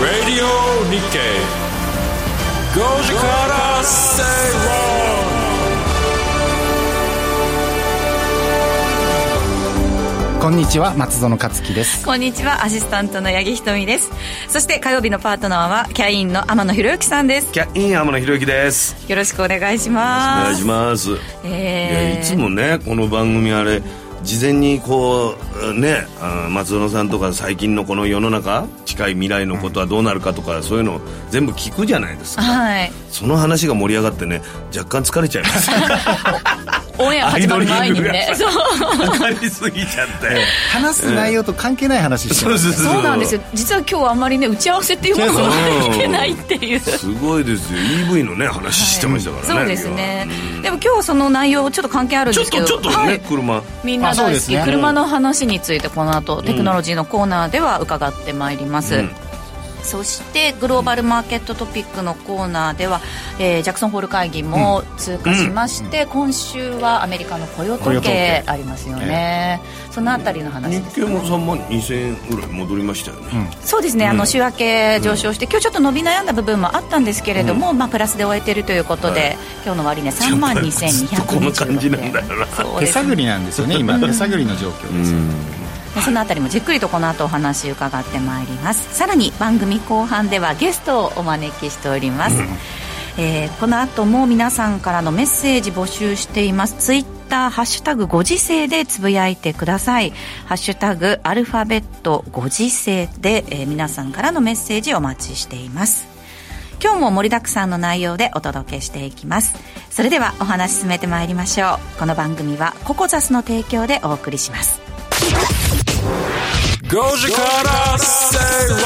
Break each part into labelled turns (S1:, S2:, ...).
S1: Radio Nikkei 5時から正
S2: こんにちは松園克樹です
S3: こんにちは、アシスタントの八木ひとみです。そして火曜日のパートナーは、キャインの天野博之さんです。
S4: キャイン浜野ひろゆきです。
S3: よろしくお願いし
S4: お
S3: ます。
S4: 願いします。い
S3: えー
S4: やいつもねこの番組あれ事前にこうねあー松園さんとか最近のこの世の中近い未来のことはどうなるかとかそういうのを全部聞くじゃないですか。
S3: はい。
S4: その話が盛り上がってね若干疲れちゃい ます。
S3: オンエア始まる前にね。
S4: アイド
S3: そう。
S4: かかりすぎちゃって。
S2: 話す内容と関係ない話してます、
S4: そう
S3: そうなんですよ。実は今日はあんまりね、打ち合わせっていうものが
S4: そ
S3: で
S4: う
S3: きてないっていう。
S4: すごいですよ EV のね話してましたからね。
S3: そうですね。でも今日その内容、ちょっと関係あるん
S4: ちょ
S3: で
S4: っ
S3: すけ
S4: と
S3: ど。
S4: ちょっとね、
S3: はい
S4: 車
S3: みんな
S2: あそう
S3: 大
S2: で
S3: 好
S2: す
S3: き、
S2: ね
S3: 車の話についてこの後、テクノロジーのコーナーでは伺ってまいります、
S4: うん
S3: そしてグローバルマーケットトピックのコーナーでは、えージャクソンホール会議も通過しまして、今週はアメリカの雇用
S2: 雇
S3: 統
S2: 用統計
S3: 計ありますよね、そのあたりの話
S4: 日
S3: です
S4: 経も3万2000円ぐらい戻りましたよね。
S3: そうですね、あの週明け上昇して、今日ちょっと伸び悩んだ部分もあったんですけれども、まあ、プラスで終えてるということで、今日の終値3万
S4: ずっとこの感じなんだよな
S3: 2226
S2: 手
S3: 円
S2: 探りなんですよね今手探りの状況です、
S3: そのあたりもじっくりとこの後お話伺ってまいりますさらに番組後半ではゲストをお招きしております、えーこの後も皆さんからのメッセージ募集していますツイッターハッシュタグご時世でつぶやいてくださいハッシュタグアルファベットご時世で、えー皆さんからのメッセージをお待ちしています今日も盛りだくさんの内容でお届けしていきますそれではお話進めてまいりましょうこの番組はココザスの提供でお送りします
S1: 論5時から正論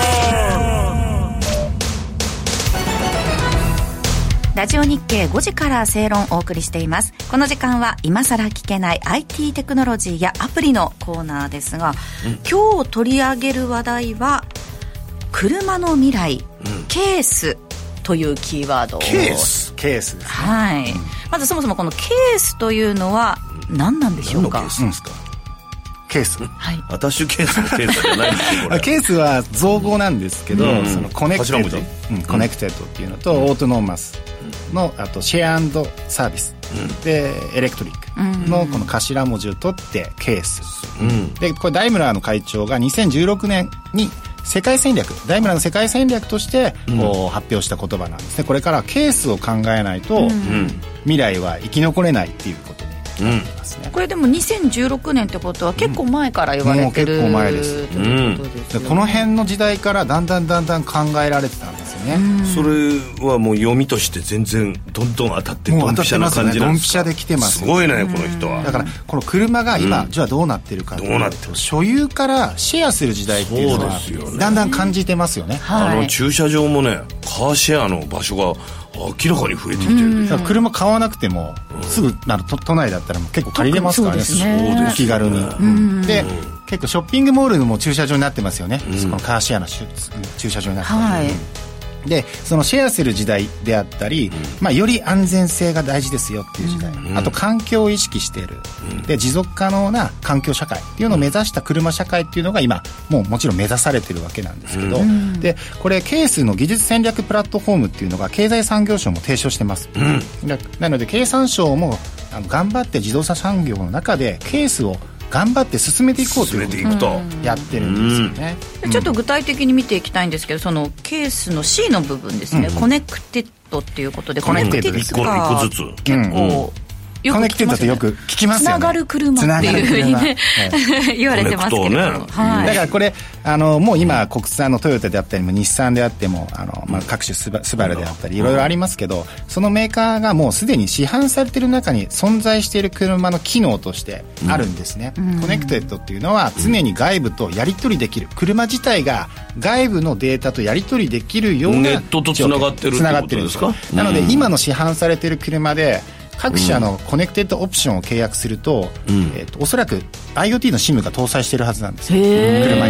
S3: ラジオ日経5時から正論をお送りしています。この時間は今更聞けない IT テクノロジーやアプリのコーナーですが、今日取り上げる話題は、車の未来、ケースというキーワードを。
S4: ケース
S2: ケースです
S3: はい。まずそもそもこのケースというのは何なんでしょうか
S4: ですか、
S2: ケース
S3: はい。
S4: アタッシュケースのケースじゃないんですよこ
S2: あ
S4: れ
S2: ケースは造語なんですけど、
S4: うん
S2: そのコネクテッド、
S4: 頭文
S2: うんコネクテッドっていうのと、オートノーマスのあとシェアサービス、でエレクトリックのこの頭文字を取ってケース、
S4: うん
S2: でこれダイムラーの会長が2016年に世界戦略ダイムラーの世界戦略としてこう発表した言葉なんですねこれからはケースを考えないと、未来は生き残れないっていうことになりますね、
S3: これでも2016年ってことは結構前から言われてる、
S2: うんもう結構前です
S3: ということです
S2: で
S3: よね
S2: この辺の時代からだんだんだんだん考えられてたんですよね、
S4: それはもう読みとして全然どんどん当たってドンピシャ
S2: もう
S4: な感じなんですか
S2: 当たってますねドンピシャで来てます
S4: すごいねこの人は
S2: だからこの車が今、じゃあどうなってるかっていう
S4: どうなってる
S2: 所有からシェアする時代っていうのは
S4: そうですよね
S2: だんだん感じてますよね、
S3: はい
S4: あの駐車場もねカーシェアの場所が明らかに増えてきてるでしょ
S2: だから車買わなくてもすぐなる都都内だったらもう結構借りれますからね
S3: そうですねそうですね
S2: お気軽に、で結構ショッピングモールも駐車場になってますよね、そこのカーシェアのしゅ駐車場になってます
S3: はい。
S2: でそのシェアする時代であったり、まあ、より安全性が大事ですよっていう時代、あと環境を意識している、で持続可能な環境社会っていうのを目指した車社会っていうのが今もうもちろん目指されてるわけなんですけど、でこれケースの技術戦略プラットフォームっていうのが経済産業省も提唱してます、ななので経産省もあの頑張って自動車産業の中でケースを頑張って進めていこうと
S4: 進
S2: い
S4: め
S2: う
S4: てい
S2: こ
S4: くと、
S2: とをやってるんですよね、
S3: ちょっと具体的に見ていきたいんですけど、そのケースの C の部分ですね、コネクテッドっていうことで、
S2: コネクテッド
S3: コ
S4: 一個
S3: が
S4: 一個ずつ
S3: 結構、よ
S2: コ
S3: く
S2: ネ
S3: 聞
S2: ク
S3: き
S2: テッド
S3: ま
S2: っ
S3: す
S2: てよ
S3: よね
S2: く聞きますよね
S3: つながる車
S2: つな
S3: っ
S2: が
S3: ていう
S2: る
S3: ふうに
S2: 車
S3: ね、言われてますけれども、
S4: コネクトをね
S3: は
S2: だか
S3: い、
S2: らこれあのもう今国産のトヨタであったりも日産であってもあの、まあ、各種スバスバルであったりいろいろありますけどそのメーカーがもうすでに市販されてる中に存在している車の機能としてあるんですね、コネクテッドっていうのは常に外部とやり取りできる車自体が外部のデータとやり取りできるような
S4: ネットと繋がってるってこと
S2: 繋がってるんですよ
S4: ですか
S2: なので今の市販されてる車で各社のコネクテッドオプションを契約すると,、えっとおそらく IoT の SIM が搭載してるはずなんですよ車に。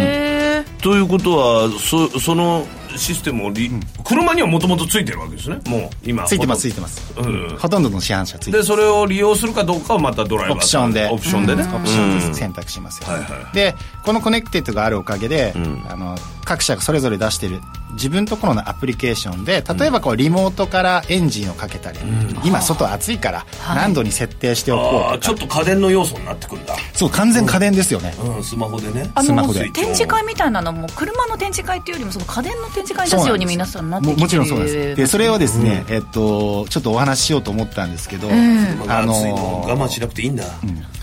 S3: へー
S4: ということはそそのシステムをリ、車にはもともとついてるわけですねもう今
S2: ついてますつい
S4: て
S2: てます、
S4: うん
S2: ほとんどの市販車ついて
S4: で
S2: ます
S4: それを利用するかどうかはまたドライバー
S2: オプションで
S4: オプションでね、
S2: うんオプションで選択しますよ、
S4: はいは
S2: でこのコネクテッドがあるおかげで、あの各社がそれぞれ出してる自分ところのアプリケーションで例えばこうリモートからエンジンをかけたり、今外暑いから何度に設定しておこうとか、
S4: ああちょっと家電の要素になってくるんだ
S2: そう完全家電ですよね、
S4: うんスマホでね
S3: あ
S2: スマ
S3: の
S2: ホで
S3: 展示会みたいなのも車の展示会っていうよりもその家電の展示会に
S2: そ
S3: 出
S2: う
S3: すよ
S2: な
S3: うんに
S2: です
S3: 皆さんなってき
S2: も
S3: て
S2: もちろんそうなんですでそれをですね、えっとちょっとお話ししようと思ったんですけど、あの
S4: 暑いの我慢しなくていいんだ、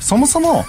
S2: そもそも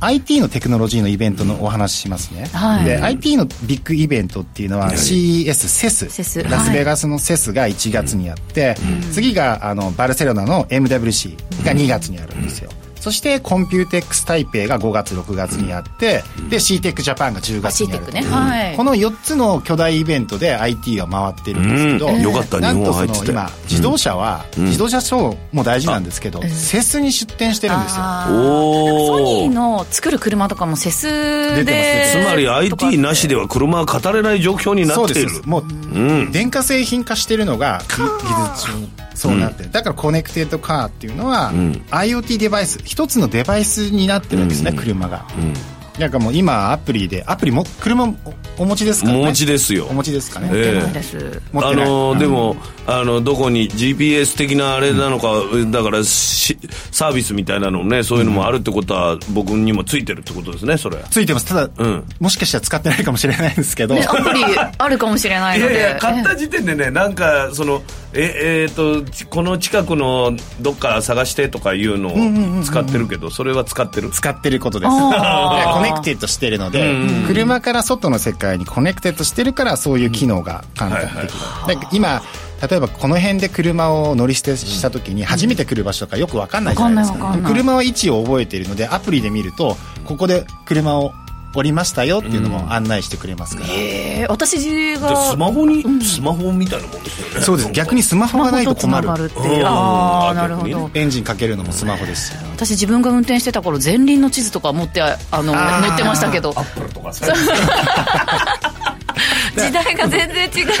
S2: IT のテクノロジーのイベントのお話ししますね、
S3: はい
S2: で IT のビッグイベントっていうのは CES セス
S3: セス
S2: ラスベガスのセスが1月にあって、次があのバルセロナの MWC が2月にあるんですよ、そしてコンピューテックス台北が5月6月にあって、で CTEC ジャパンが10月にあると
S3: あ CTEC ねはい
S2: この4つの巨大イベントで IT は回ってるんですけど、
S4: うんよかった
S2: なんとそ
S4: 日本入って
S2: の
S4: て
S2: 今自動車は、自動車ショーも大事なんですけど、セスに出展してるんですよ
S3: あー
S4: おー
S3: ソニーの作る車とかもセス
S2: 出て
S3: で
S4: つまり IT なしでは車は語れない状況にな
S2: そう
S4: ってい
S2: で
S4: る
S2: すもう、
S4: ん
S2: 電化製品化してるのが技術上そうなってる、だからコネクテッドカーっていうのは、IoT デバイス一つのデバイスになってるんですね、車が、なんかもう今アプリでアプリも車もおお持ちですからね
S4: お持ちですよ
S2: お持ちですかね、
S4: ええ
S3: そうです
S2: 持っ
S4: あ
S2: てない
S4: のーでも、あのどこに GPS 的なあれなのか、だからしサービスみたいなのねそういうのもあるってことは、僕にもついてるってことですねそれ
S2: ついてますただ、
S4: うん
S2: もしかしたら使ってないかもしれないんですけど、
S3: ねアプリあるかもしれない
S4: い
S3: ので
S4: やいや買った時点でねなんかそのええーとちこの近くのどっか探してとかいうのを使ってるけどそれは使ってる
S2: 使ってることです。で
S3: あー
S2: コネクテッドしてるので、車から外の世界にコネクテッドしてるからそういう機能が簡単にできる。で今例えばこの辺で車を乗り捨てした時に初めて来る場所とかよく分かんないじゃないですか,、
S3: わかんないわかんない
S2: 車は位置を覚えているのでアプリで見るとここで車を降りましたよっていうのも案内してくれますから、
S3: えー私
S4: で
S3: が
S4: スマホに、スマホみたいなもんですよね
S2: そうです逆
S4: に
S2: にスマホがないと困
S3: スマホつなが
S2: る
S3: っていう
S4: うん
S3: あ
S4: う
S3: あ
S4: ん
S3: なるほ
S4: 逆に
S3: ど
S2: エンジンかけるのもスマホですし
S3: 私自分が運転してた頃前輪の地図とか持ってあの
S2: あー
S3: 乗ってましたけど
S4: アップルとかさ
S3: 時代が全然 違う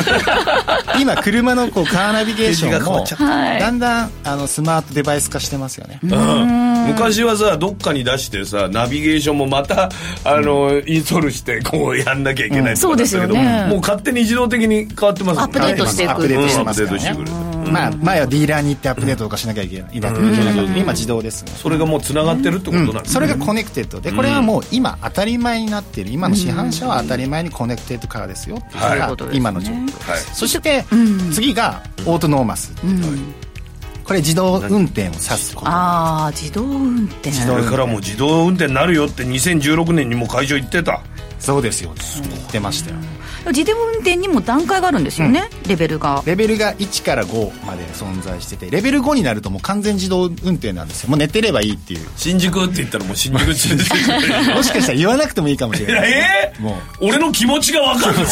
S2: 今車のこうカーナビゲーションも
S4: ページが
S3: はい
S2: だんだんあのスマートデバイス化してますよね、
S4: うん昔はさどっかに出してさナビゲーションもまたあの、インストールしてこうやんなきゃいけないと
S3: うんそう
S4: かだったけど、
S3: ですよね
S4: もう勝手に自動的に変わってます
S3: ア
S4: もんね
S3: ップデートしていく
S2: アップデートしてますから
S4: うんアップデート
S2: ね
S4: してくれる
S2: まあ、前はディーラーに行ってアップデートとかしなきゃいけない、今今自動ですね、
S4: それがもうつながってるってことなんだ、
S2: それがコネクテッドでこれはもう今当たり前になっている今の市販車は当たり前にコネクテッドからですよっていう
S4: はい
S2: のが今の状況
S4: はい
S2: そして次がオートノーマスこれ自動運転を指すこと
S3: ああ自動運転
S2: 自
S4: こ
S2: 動
S4: れからもう自動運転になるよって2016年にもう会場行ってた
S2: そうですよね言ってましたよ
S3: 自動運転にも段階があるんですよね、レベルが
S2: レベルが1から5まで存在しててレベル5になるともう完全自動運転なんですよもう寝てればいいっていう
S4: 新宿って言ったらもう新宿新宿
S2: もしかしたら言わなくてもいいかもしれない
S4: え
S2: もう
S4: ー、俺の気持ちが分か るの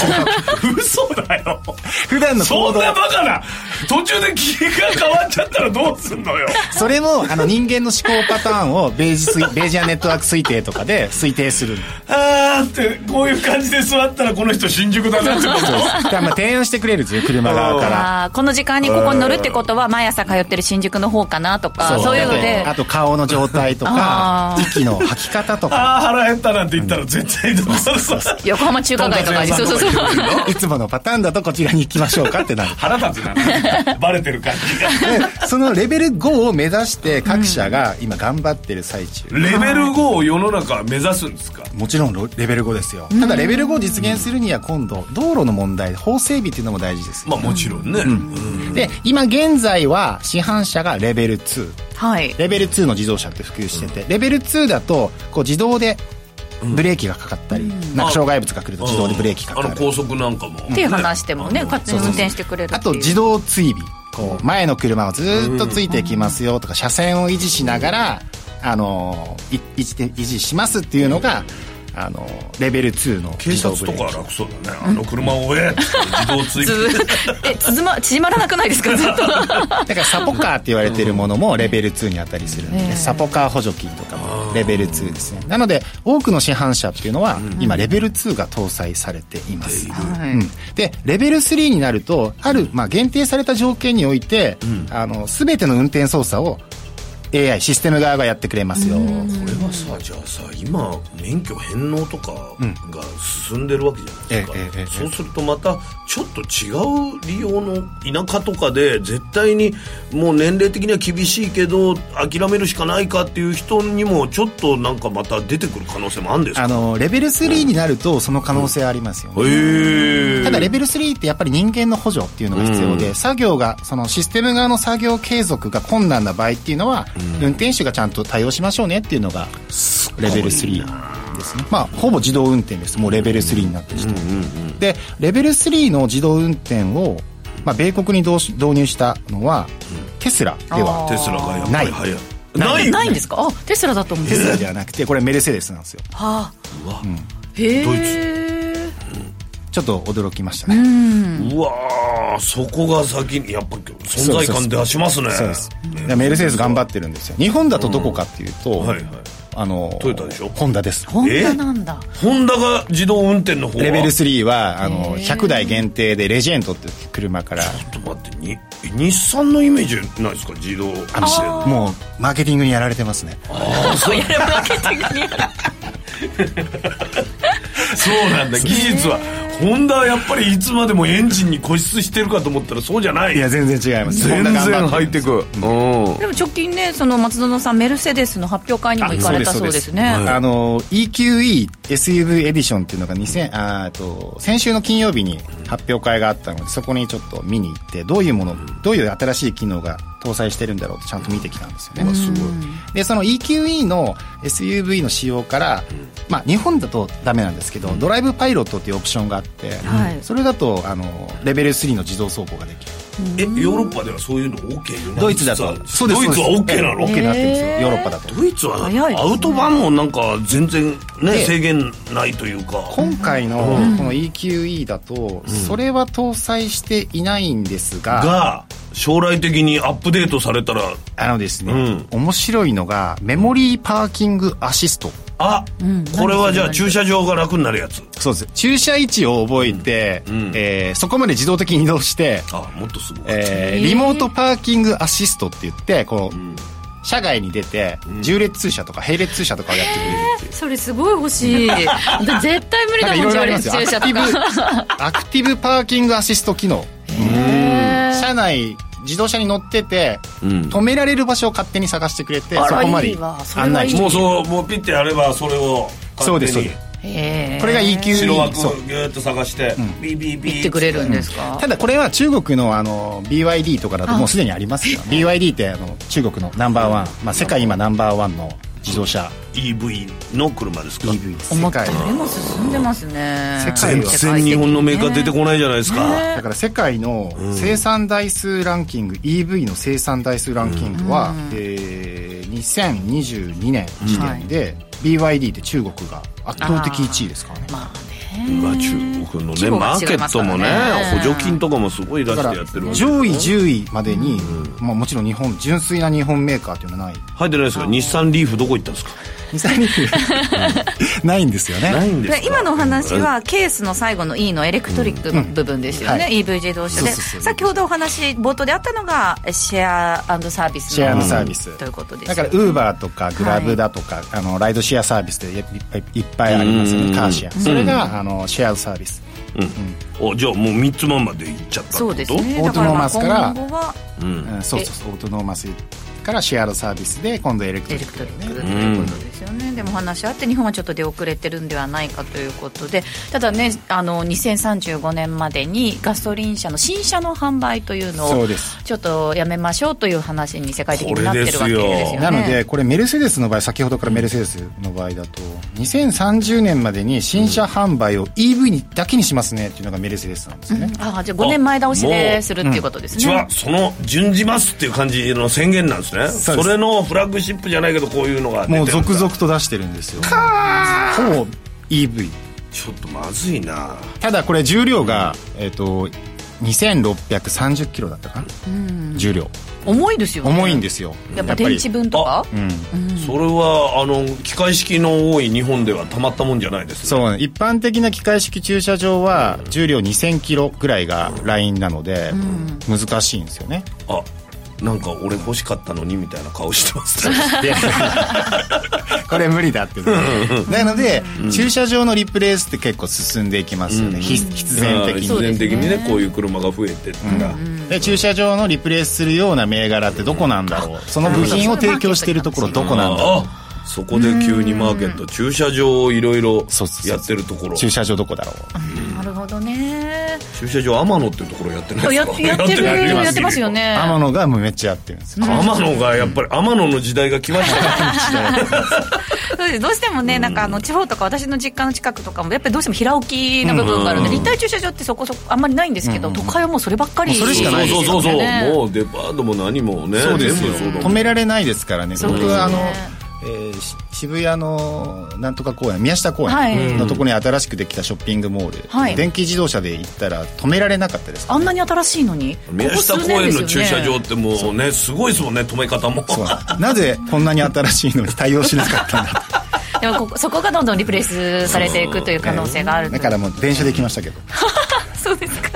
S4: 嘘だよ
S2: 普段の
S4: そ
S2: 行
S4: ん
S2: 動
S4: なバカな途中で気が変わっちゃったらどうすんのよ
S2: それもあの人間の思考パターンをベージスベージアネットワーク推定とかで推定する
S4: あーってこういう感じで座ったらこの人新宿だなってこと
S2: だからまあ提案してくれるんですよ車側から
S3: あーこの時間にここに乗るってことは毎朝通ってる新宿の方かなとかそういうので
S2: あと顔の状態とか
S3: あー
S2: 息の吐き方とか
S4: ああ腹減ったなんて言ったら絶対どうするさ
S3: 横浜中華街とかに
S4: と
S3: そ
S4: ん
S3: う
S4: か
S3: そう
S4: つ
S3: そ
S4: 屋
S3: う
S4: さんとかに行く
S2: いつものパターンだとこちらに行きましょうかってなる
S4: 腹立つなバレてる感じが
S2: でそのレベル5を目指して各社が今頑張ってる最中、
S4: レベル5を世の中は目指すんですか
S2: もちろんロレベル5ですよただレベル5を実現するには今度道路の問題法整備っていうのも大事ですよ
S4: まあもちろんね、
S2: で今現在は市販車がレベル2
S3: はい
S2: レベル2の自動車って普及してて、レベル2だとこう自動でブレーキがかかったり、なんか障害物が来ると自動でブレーキかか
S4: あ
S2: る
S4: の、高速なんかも
S3: 手離してもね勝手に運転してくれるってい
S2: あ
S3: う
S2: と自動追尾こう前の車をずーっとついてきますよとか車線を維持しながら、あのーい維持て維持しますっていうのがあのレベル2の
S4: 警
S2: 自動
S4: 察
S2: ブ
S4: と
S2: レーキ
S4: かは楽そうだねあの車を追えっつ って自動追
S3: つ
S4: 尾
S3: え縮ま縮まらなくないですかずっと
S2: だからサポカーって言われてるものもレベル2にあったりするんで、
S3: ええ
S2: サポカー補助金とかもレベル2ですねなので多くの市販車っていうのは今レベル2が搭載されています、
S3: はい
S2: うんでレベル3になるとある、まあ、限定された条件において、あの全ての運転操作を AI システム側がやってくれますよ、
S4: これはさじゃあさ今免許返納とかが進んでるわけじゃない
S2: えええええ
S4: で
S2: え
S4: すか、そうするとまたちょっと違う利用の田舎とかで絶対にもう年齢的には厳しいけど諦めるしかないかっていう人にもちょっとなんかまた出てくる可能性もあるんです
S2: あ
S4: か
S2: のレベル3になるとその可能性ありますよね、
S4: へえ
S2: ただレベル3ってやっぱり人間の補助っていうのが必要で、作業がそのシステム側の作業継続が困難な場合っていうのは、運転手がちゃんと対応しましょうねっていうのがレベル3ですねまあほぼ自動運転ですもうレベル3になってる人、でレベル3の自動運転を、まあ、米国に導し導入したのは、テスラでは
S4: テスラがやっぱり早い
S2: ない
S4: ない
S3: ないんですかあテスラだと思って
S2: テ
S3: た
S2: スラではなくてこれメルセデスなんですよ
S3: はあ
S4: うわ
S3: へ
S4: ドイ
S3: え
S2: ちょっと驚きましたね、
S4: うわーそこが先にやっぱ存在感出しますね
S2: そうですでメルセデス頑張ってるんですよ日本だとどこかっていうと、
S4: はいはい
S2: あの
S4: トヨタでしょ
S2: ホンダです
S3: ホンダな んだ
S4: ホンダが自動運転の方は
S2: レベル3はあの
S3: へー
S2: 100台限定でレジェンドっていう車から
S4: ちょっと待ってに日産のイメージないですか自動運
S2: あのもうマーケティングにやられてますね
S3: そうやればマーケティングにやら
S4: そうなんだ 技術はホンダはやっぱりいつまでもエンジンに固執してるかと思ったらそうじゃない
S2: いや全然違います
S4: 全
S2: ホンダ頑張っ
S4: 然
S2: て
S4: 入ってくう
S3: で
S4: ん
S3: も直近ねその松園さんメルセデスの発表会にも行かれたそうですね
S2: あの EQESUV エディションっていうのが2000あーえっと先週の金曜日に発表会があったのでそこにちょっと見に行ってどういうものどういう新しい機能が搭載してるんだろうってちゃんと見てきたんですよねすごいでその EQE の SUV の仕様から、まあ、日本だとダメなんですけど、ドライブパイロットっていうオプションがあって、
S3: はい
S2: それだとあのレベル3の自動走行ができる
S4: えヨーロッパではそういうの OK よな
S2: ドイツだ
S4: そ
S2: と
S4: う
S2: そうです
S4: ドイツは
S2: そうです
S4: OK なの、
S2: ええ OK になってるんですよ
S3: へー
S2: ヨーロッパだと
S4: ドイツは
S3: 早いですね
S4: アウトバンもなんか全然ね
S2: ええ
S4: 制限ないというか
S2: 今回のこの EQE だとそれは搭載していないんですが、
S4: が将来的にアップデートされたら
S2: あのですね、面白いのがメモリーパーキングアシスト
S4: あ、これはじゃあ駐車場が楽になるやつ
S2: そうです駐車位置を覚えて、えーそこまで自動的に移動して、
S4: あもっとすごい、
S2: えーリモートパーキングアシストって言ってこう、車外に出て縦列通車とか並列通車とかをやってくれるっていう。
S3: それすごい欲しいだ絶対無理
S2: なんか
S3: だ
S2: い
S3: もん
S2: ろいろ
S3: 自
S2: あ
S3: 分
S2: り
S3: で
S2: ますよ。ア
S3: 駐車
S2: クティ
S3: と
S2: ブ
S3: か、
S2: アクティブパーキングアシスト機能。
S3: へー
S2: 車内自動車に乗ってて、止められる場所を勝手に探してくれて
S3: あら
S2: そこまで
S3: いいわそれはいい
S2: 案内して
S4: もうそうもうピッてやればそれを
S2: そう
S4: 勝
S2: ですそ
S4: 手
S2: う
S4: に
S2: です
S3: へー
S2: これが
S4: 白
S2: EQE
S4: 枠
S2: そう
S4: をギューッと探して、ビービービー
S3: 行ってくれるんですか
S2: ただこれは中国のあの BYD とかだともうすでにあります よ BYD ってあの中国のナンバーワン、まあ、世界今ナンバーワンの自動車
S4: EV の車ですか
S2: EV です
S3: 思
S2: 世
S3: った
S2: 界
S3: よりも進んでますね
S2: 世界
S4: 全
S2: は
S4: 然日本のメーカー出てこないじゃないですか、
S2: だから世界の生産台数ランキング、EV の生産台数ランキングは、えー2022年時点で、BYD って中国が圧倒的1位ですからね
S3: まあ
S4: うわ中国のね
S3: 規模
S4: マ
S3: が
S4: ーケ
S3: 違いま
S4: ッ
S3: すから
S4: ト
S3: ね
S4: もね補助金とかもすごい出して
S2: だか
S4: や
S2: ら
S4: ってるわけ
S2: 上位10位までに、まあ、もちろん日本純粋な日本メーカーっていうのはない
S4: 入ってないですか日産リーフどこ行ったんですか
S2: 2022ないんですよ
S4: ない
S2: ね
S4: んです
S3: で
S4: か
S3: 今のお話はケースの最後の E のエレクトリックの部分ですよね、
S2: うんは
S3: EV 自動車で
S2: そうそうそう
S3: 先ほどお話冒頭であったのがシェアサービスの
S2: シェアサービス
S3: ということです
S2: だ
S3: よ
S2: からウーバーとかグラブだとか、あのライドシェアサービスでいっぱいいっぱいありますよねカーシェアそれがあのシェアサービス
S4: おじゃあもう3つまんまで行っちゃったってこと
S3: そうですね
S2: オートノーマスから
S3: だまあ今後は
S4: うん
S2: うんそうそうそうオートノーマスからシェアのサービスで今度エレクト
S3: エ
S2: リ
S3: レ
S2: ッ
S3: ク
S2: ク
S3: ト
S2: と
S3: リ
S2: いうね
S3: ックということですよね、でも話し合って日本はちょっと出遅れてるんではないかということでただねあの2035年までにガソリン車の新車の販売というの
S2: そ
S3: を
S2: うです
S3: ちょっとやめましょうという話に世界的になってるわけですよ
S4: これです
S3: ね
S4: よ
S2: なのでこれメルセデスの場合先ほどからメルセデスの場合だと2030年までに新車販売を EV にだけにしますねっていうのがメルセデスなんですよね、
S3: ああじゃあ5年前倒しでするっていうことです
S4: うち
S3: ね、
S4: はその準じますっていう感じの宣言なんですね
S2: そう
S4: そ
S2: です
S4: れのフラッグシップじゃないけどこういうのが出てる
S2: も
S4: ん
S2: う
S4: だ
S2: 続々と出してるんですよほぼ EV
S4: ちょっとまずいな
S2: ただこれ重量が、えっと2630キロだったかな、重量
S3: 重いですよね
S2: 重いんですよ
S3: やっぱ電池分とか
S4: それはあの機械式の多い日本ではたまったもんじゃないですね
S2: そう一般的な機械式駐車場は重量2000キロぐらいがラインなので難しいんですよ ね、
S4: あなんか俺欲しかったのにみたいな顔し てますね
S2: でこれ無理だってなので、駐車場のリプレイスって結構進んでいきますよね、ひ必然的に
S4: 必然的にねこういう車が増えてったら、
S2: で駐車場のリプレイスするような銘柄ってどこなんだろうその部品を提供しているところどこなんだろ
S4: あそこで急にマーケット駐車場をいろいろ
S2: そうそうそう
S4: やってるところ
S2: う駐車場どこだろう
S3: なるほどね
S4: 駐車場天野ってところやってないで
S3: や
S4: すか
S3: やってる
S4: ない
S3: やってますよね
S2: 天野がもうめっちゃやってるんですよ
S4: 天野がやっぱり天野の時代が来ましたね
S3: そうですどうしてもね、なんかあの地方とか私の実家の近くとかもやっぱりどうしても平置きな部分があるんで、立体駐車場ってそこそこあんまりないんですけど、都会はもうそればっかり
S2: もうそれしかない です
S4: そ
S2: よ
S4: うそうそうそう、
S3: ね
S4: もうデパートも何もね
S2: そうですよ
S4: 全部そうだ
S2: 止められないですからね
S3: そうです
S2: 僕
S3: ね
S2: はあの、えーし渋谷のなんとか公園宮下公
S3: は
S2: 園
S3: い
S2: のところに新しくできたショッピングモール、
S3: はい
S2: 電気自動車で行ったら止められなかったです
S3: あんなに新しいのに
S4: 宮下
S3: ここ数
S4: 公
S3: 年で
S4: 園
S3: すよ
S4: の
S3: ね
S4: 駐車場ってもうねすごいですもんね止め方も
S2: そうなんですなぜこんなに新しいのに対応しなかったんだ
S3: でもここそこがどんどんリプレイスされていくという可能性があるとい
S2: だ
S3: う
S2: からもう電車で来ましたけど
S3: そうですか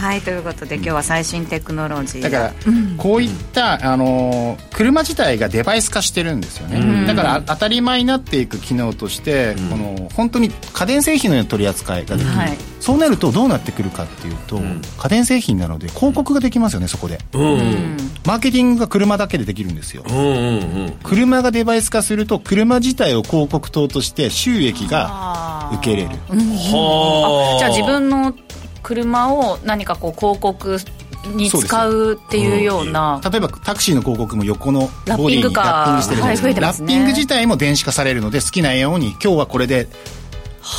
S3: はいということで今日は最新テクノロジー
S2: だからこういった、あのー車自体がデバイス化してるんですよね、だからあ当たり前になっていく機能として、この本当に家電製品のような取り扱いができる、
S3: はい
S2: そうなるとどうなってくるかっていうと、家電製品なので広告ができますよねそこで
S4: うんうん
S2: マーケティングが車だけでできるんですよ
S4: うんうん
S2: 車がデバイス化すると車自体を広告塔として収益が受けれる
S4: は
S3: あじゃあ自分の車を何かこう広告に使うっていうような
S2: 例えばタクシーの広告も横の
S3: ラッ
S2: ボデ
S3: ピ
S2: ィ
S3: ング
S2: に
S3: カー
S2: ラッピングしてるじゃないですか
S3: はい増えてます
S2: ラ
S3: ね
S2: ッピング自体も電子化されるので好きなように今日はこれで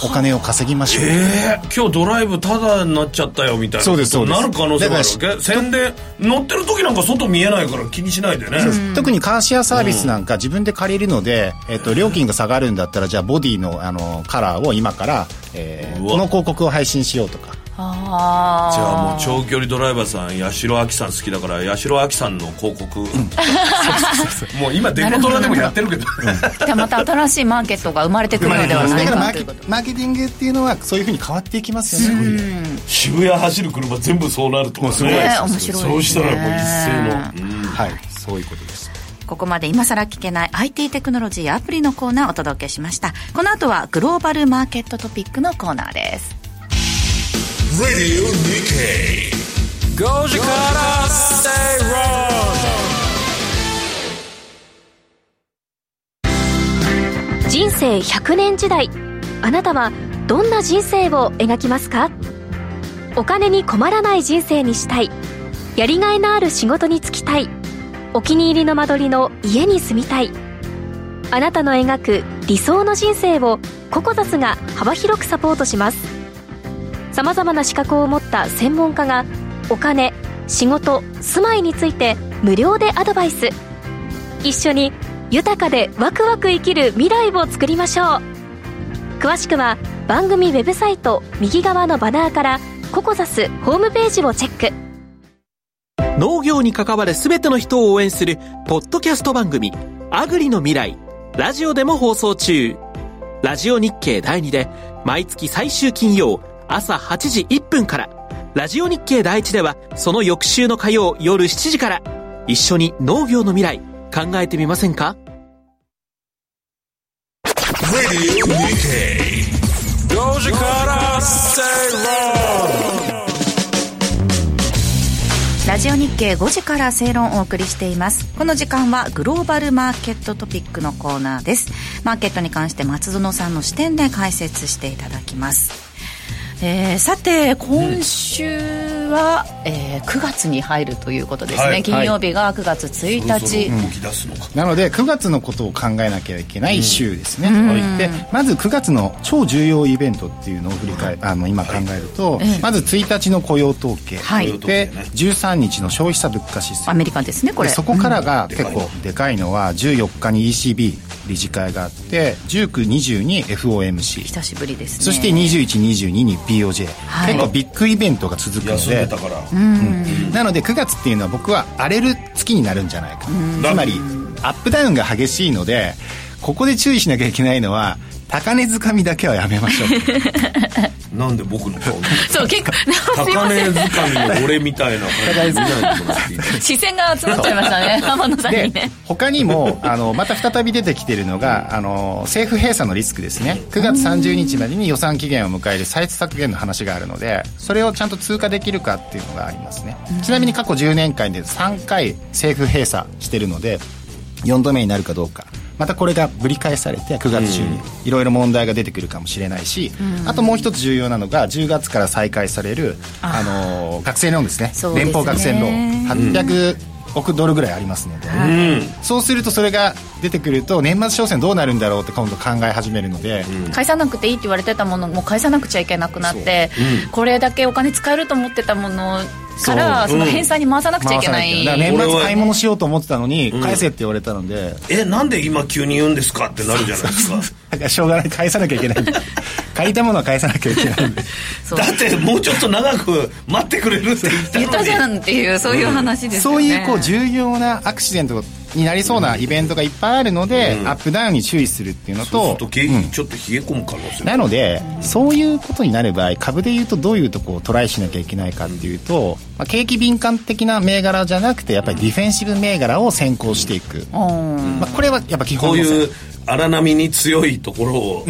S2: お金を稼ぎましょう、
S4: えー、今日ドライブタダになっちゃったよみたいな
S2: そうですそうです
S4: なる可能性があるわけ宣伝乗ってる時なんか外見えないから気にしないでね
S2: 特にカーシェアサービスなんか自分で借りるので、えっと、料金が下がるんだったらじゃあボディのあのカラーを今から、えー
S4: うわ
S2: この広告を配信しようとか
S3: あ
S4: じゃあもう長距離ドライバーさん八代亜紀さん好きだから八代亜紀さんの広告もう今デコトラでもやってるけど
S3: あじゃあまた新しいマーケットが生まれてくるのではな
S2: だ
S3: い
S2: からマ
S3: か
S2: ー
S3: とい
S2: ケ
S3: うこと
S2: マーケティングっていうのはそういうふうに変わっていきますよね、
S4: 渋谷走る車全部そうなるとかね
S2: ごい
S3: ね面白いですね
S4: そうしたらもう一斉の、うん
S2: はいそういうことです
S3: ここまで今更聞けない IT テクノロジーアプリのコーナーをお届けしましたこの後はグローバルマーケットトピックのコーナーです
S1: Radio Nikkei. Go Jakarta, stay wrong.
S5: 人生100年時代あなたはどんな人生を描きますかお金に困らない人生にしたいやりがいのある仕事に就きたいお気に入りの間取りの家に住みたいあなたの描く理想の人生をココザスが幅広くサポートしますさまざまな資格を持った専門家がお金仕事住まいについて無料でアドバイス一緒に豊かでワクワク生きる未来を作りましょう詳しくは番組ウェブサイト右側のバナーからココザスホームページをチェック
S6: 農業に関わる全ての人を応援するポッドキャスト番組「アグリの未来」ラジオでも放送中ラジオ日経第2で毎月最終金曜朝8時1分からラジオ日経第1ではその翌週の火曜夜7時から一緒に農業の未来考えてみませんか
S1: Radio Nikkei. Go Jakarta, stay wrong.
S3: ラジオ日経5時から正論をお送りしています。この時間はグローバルマーケットトピックのコーナーです。マーケットに関して松園さんの視点で解説していただきます。えーさて今週は、えー9月に入るということですね、
S4: はい
S3: 金曜日が9月1日、
S4: 動き出すのか
S2: なので9月のことを考えなきゃいけない週ですね、でまず9月の超重要イベントっていうのを振り返あの今考えると、まず1日の雇用統計、
S3: はい
S2: で13日の消費者物価指数
S3: アメリカですねこれ
S2: でそこからが結構でかいのは14日に ECB 理事会があって19、20に FOMC
S3: 久しぶりですね
S2: そして21、22に POJ、
S3: はい
S2: 結構ビッグイベントが続くの
S4: 休んで
S2: で
S4: たから、
S2: なので9月っていうのは僕は荒れる月になるんじゃないかつまりアップダウンが激しいのでここで注意しなきゃいけないのは高値掴みだけはやめましょう
S4: なんで僕の顔見て
S3: そう結構すい
S4: 高
S3: ませ
S4: 値
S3: ん
S4: 掴みの俺みたいな感じで見ないでもらっていい
S3: 視線が集まっちゃいまし たね天野さんに
S2: で
S3: ね
S2: 他に もあのまた再び出てきてるのがあの政府閉鎖のリスクですね9月30日までに予算期限を迎える歳出削減の話があるのでそれをちゃんと通過できるかっていうのがありますねちなみに過去10年間で3回政府閉鎖してるので4度目になるかどうかまたこれがぶり返されて9月中にいろいろ問題が出てくるかもしれないし、あともう一つ重要なのが10月から再開されるあの学生ローンですね
S3: そうです
S2: 連
S3: ね
S2: 邦学生ローン800億ドルぐらいありますので、そうするとそれが出てくると年末商戦どうなるんだろうって今度考え始めるので、
S3: 返さなくていいって言われてたものも返さなくちゃいけなくなって、これだけお金使えると思ってたものからそ,、の返済に回さなくちゃいけな
S2: 回
S3: い、
S2: さなきゃいけないだから年末買い物しようと思ってたのに返せって言われたので、
S4: えなんで今急に言うんですかってなるじゃないですか
S2: だからしょうがない返さなきゃいけない 借りたものは返さなきゃいけないんで
S3: そう
S4: だってもうちょっと長く待ってくれるって言
S3: 言
S4: っ
S3: った
S4: の
S3: た
S4: に
S3: じゃんっていうそういう話です
S2: そ
S3: よ
S2: う
S3: ね、
S2: いうこう重要なアクシデントになりそうなイベントがいっぱいあるので、アップダウンに注意するっていうの
S4: そう
S2: と
S4: すると景気ちょっと冷え込む可能性も
S2: なので、そういうことになる場合株でいうとどういうとこをトライしなきゃいけないかっていうと、まあ、景気敏感的な銘柄じゃなくてやっぱりディフェンシブ銘柄を先行していく、
S3: うん
S2: まあ、これはやっぱ基
S4: こ
S2: 本
S4: う
S2: 路線
S4: いう荒波に強いところを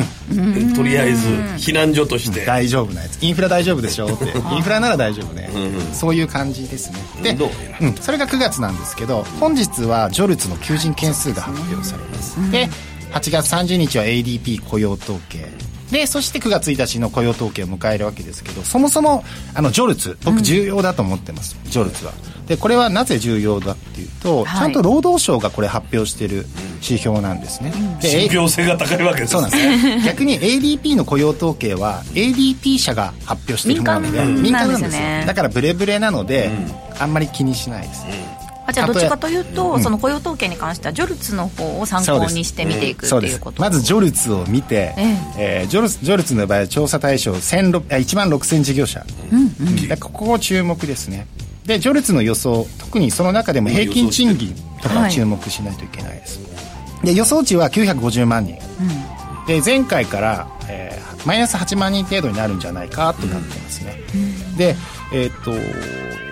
S4: とりあえず避難所として
S2: 大丈夫なやつインフラ大丈夫でしょってインフラなら大丈夫ね、そういう感じですねで
S4: どう、
S2: うん、それが9月なんですけど本日はジョルツの求人件数が発表されますで8月30日は ADP 雇用統計でそして9月1日の雇用統計を迎えるわけですけどそもそもあのジョルツ僕重要だと思ってます、ジョルツはでこれはなぜ重要だっていうと、
S3: はい
S2: ちゃんと労働省がこれ発表してる指標なんですね、で
S4: 信憑性が高いわけです
S2: そうなんです ね逆に ADP の雇用統計は ADP 社が発表しているものなので
S3: 民間
S2: なん
S3: なんですね
S2: だからブレブレなので、あんまり気にしないです、
S3: あじゃあ
S2: あ
S3: ど
S2: と
S3: っちかというと、その雇用統計に関してはジョルツの方を参
S2: そう
S3: 考
S2: です
S3: にして見ていくって
S2: そうで
S3: い
S2: す
S3: うこと
S2: まずジョルツを見て、
S3: え
S2: えージョルツジョルツの場合は調査対象1万6000事業者、でここを注目ですねでジョルツの予想特にその中でも平均賃金とかを注目しないといけないです、で予想値は950万人、で前回から、えーマイナス8万人程度になるんじゃないかとなってますね、でえーっと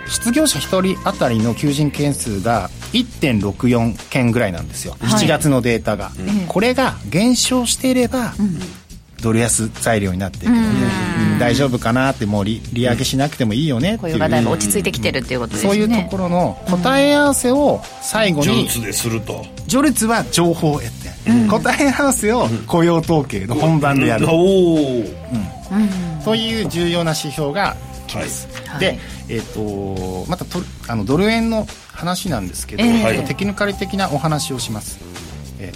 S2: 失業者1人当たりの求人件数が1.64件ぐらいなんですよ、7月のデータが、これが減少していれば、ドル安材料になっていくので、うん大丈夫かなってもう利利上げしなくてもいいよねって
S3: 雇
S2: い
S3: 用
S2: う、
S3: がだいぶ落ち着いてきてるっていうことですね
S2: そういうところの答え合わせを最後
S4: ジョル
S2: に
S4: ツですると
S2: ジョルツは情報を得て、答え合わせを雇用統計の本番でやる、
S4: おー
S2: という重要な指標が来ます、
S3: はいは
S2: で
S3: い、
S2: えっとまたとあのドル円の話なんですけど、
S3: ええ
S2: ちょっとテクニカル的なお話をします、え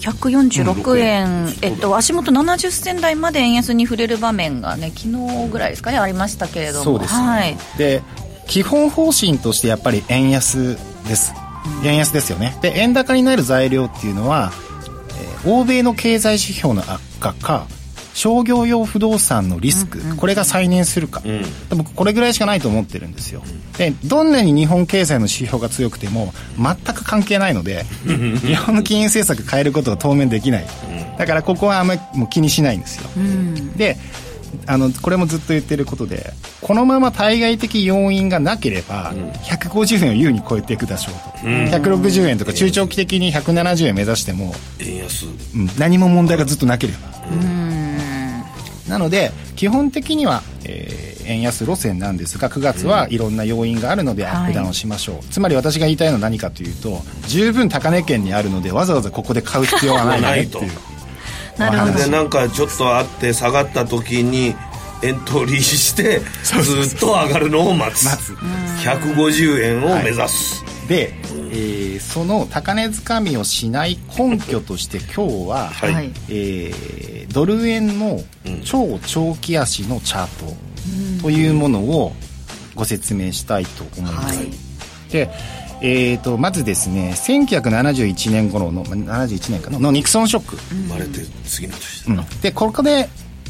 S3: 146円、えっと、足元70銭台まで円安に触れる場面がね昨日ぐらいですかねありましたけれども
S2: そうですね
S3: はい、
S2: で基本方針としてやっぱり円安です円安ですよねで円高になる材料っていうのは、えー欧米の経済指標の悪化か商業用不動産のリスク、これが再燃するか、で僕これぐらいしかないと思ってるんですよでどんなに日本経済の指標が強くても全く関係ないので日本の金融政策変えることが当面できないだからここはあんまりもう気にしないんですよ、であのこれもずっと言ってることでこのまま対外的要因がなければ、150円を優に超えていくでしょうと、160円とか中長期的に170円目指しても、
S4: 円安
S2: うん何も問題がずっとなければ、なので基本的には、えー円安路線なんですが9月はいろんな要因があるのでアップダウンしましょう、つまり私が言いたいのは何かというと十分高値圏にあるのでわざわざここで買う必要は ないねっていう
S3: なる
S2: お
S3: ほ
S2: 話
S4: でなんかちょっとあって下がった時にエントリーしてずっと上がるのを待つ
S2: 待つ
S4: 150円を目指す、
S2: で、えーその高値掴みをしない根拠として今日は、
S4: はい
S3: はい
S2: えードル円の超長期足のチャートというものをご説明したいと思います、
S3: はい
S2: で、えー、とまずですね1971年頃のま71年かなのニクソンショック、
S4: 生まれて次の年だ
S2: うんでここで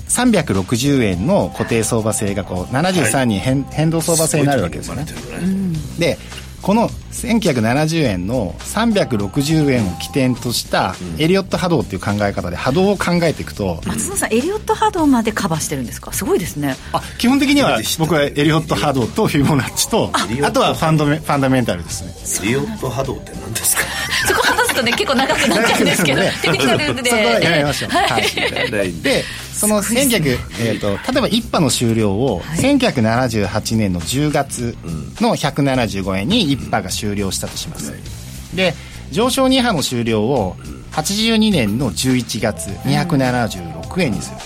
S2: 360円の固定相場制がこう73に変,、変動相場制になるわけですよね
S4: すごい時に生まれてるね
S2: でこの1970円の360円を起点としたエリオット波動っていう考え方で波動を考えていくと、
S3: 松野さんエリオット波動までカバーしてるんですかすごいですね
S2: あ基本的には僕はエリオット波動とフィボナッチとあとはファンドメファンダメンタルですね
S4: エリオット波動って何ですか
S3: そこ話すとね結構長くなっちゃうんですけど
S2: 長
S3: テクニ
S2: く
S3: カ
S2: な
S3: ル
S2: るの
S3: で
S2: そこはやめましょう、はい
S4: 大丈夫
S2: でその1900、えー、と例えば一波の終了を1978年の10月の175円に一波が終了したとします、で上昇2波の終了を82年の11月276円にする、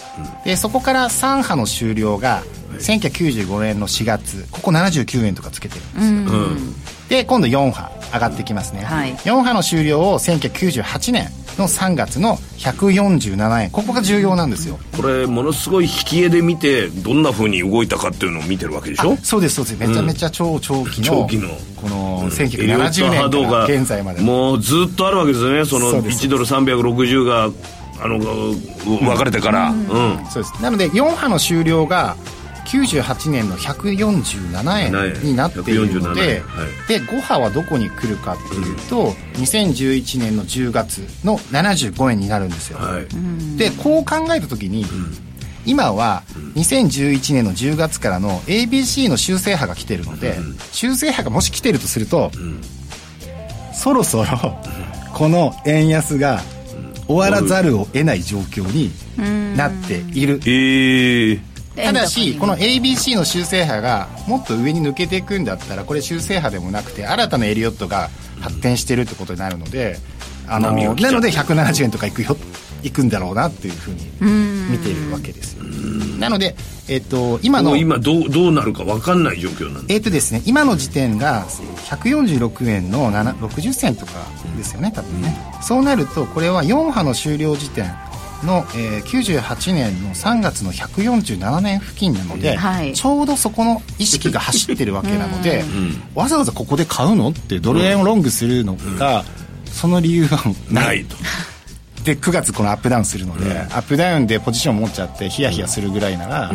S2: でそこから3波の終了が1995年の4月ここ79円とかつけてるんですよ、で今度4波上がってきますね、
S3: はい
S2: 4波の終了を1998年の3月の147円ここが重要なんですよ、
S4: これものすごい引き絵で見てどんな風に動いたかっていうのを見てるわけでしょ
S2: あそうですそうですめちゃめちゃ超長期の,、
S4: 長期の
S2: この
S4: エリオット
S2: 1970
S4: 波動
S2: 年から
S4: が
S2: 現在までの
S4: もうずっとあるわけですね
S2: そ
S4: その
S2: うです
S4: 1ドル360があの分かれてからうん
S2: そうですなので4波の終了が98年の147円になっているので、
S4: 147円はい
S2: で5波はどこに来るかっていうと、2011年の10月の75円になるんですよ、
S4: はい
S2: でこう考えた時に、今は2011年の10月からの ABC の修正波が来てるので、修正波がもし来てるとすると、そろそろこの円安が終わらざるを得ない状況になっている、
S4: ええ
S2: ただしこの ABC の修正波がもっと上に抜けていくんだったらこれ修正波でもなくて新たなエリオットが発展してるってことになるので、あの
S4: 波が来ちゃ
S2: なの
S4: う
S2: で170円とかいくよいくんだろうなっていうふうに見ているわけですよなので、えっと今
S4: も
S2: の
S4: う今どうどうなるか分かんない状況なんで
S2: えっとですね、今の時点が146円の7 60銭とかですよね多分ね、そうなるとこれは4波の終了時点の、えー98年の3月の147年付近なので、
S3: はい
S2: ちょうどそこの意識が走ってるわけなので、わざわざここで買うのってドル円をロングするのが、その理由は
S4: な
S2: ない
S4: いと
S2: で9月このアップダウンするので、アップダウンでポジション持っちゃってヒヤヒヤするぐらいなら、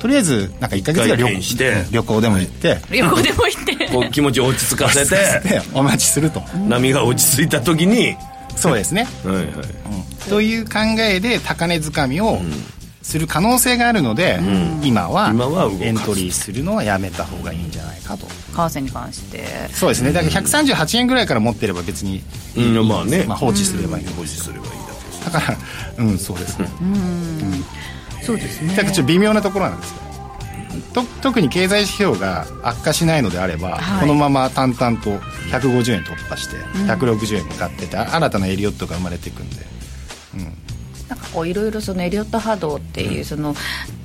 S2: とりあえずなんか1か月ぐらい
S4: 一回転
S2: 旅
S4: して
S2: 旅行でも行って、
S3: 旅行でも行って
S4: こう気持ちを落ち着かせて
S2: でお待ちすると
S4: 波が落ち着いた時に
S2: そうですね
S4: はいはい
S2: という考えで高値掴みをする可能性があるので、今は
S4: 今は動かす
S2: エントリーするのはやめた方がいいんじゃないかと
S3: 為替に関して
S2: そうですねだから138円ぐらいから持ってれば別に、
S4: うんまあね
S2: まあ、放置すればいい、
S4: 保持すればいいだけです
S2: だからうんそうですね、
S3: そうですね
S2: だからちょっと微妙なところなんですよと特に経済指標が悪化しないのであれば、
S3: はい
S2: このまま淡々と150円突破して160円向かってて、新たなエリオットが生まれていくんで
S3: なんかこういろいろそのエリオット波動っていうその、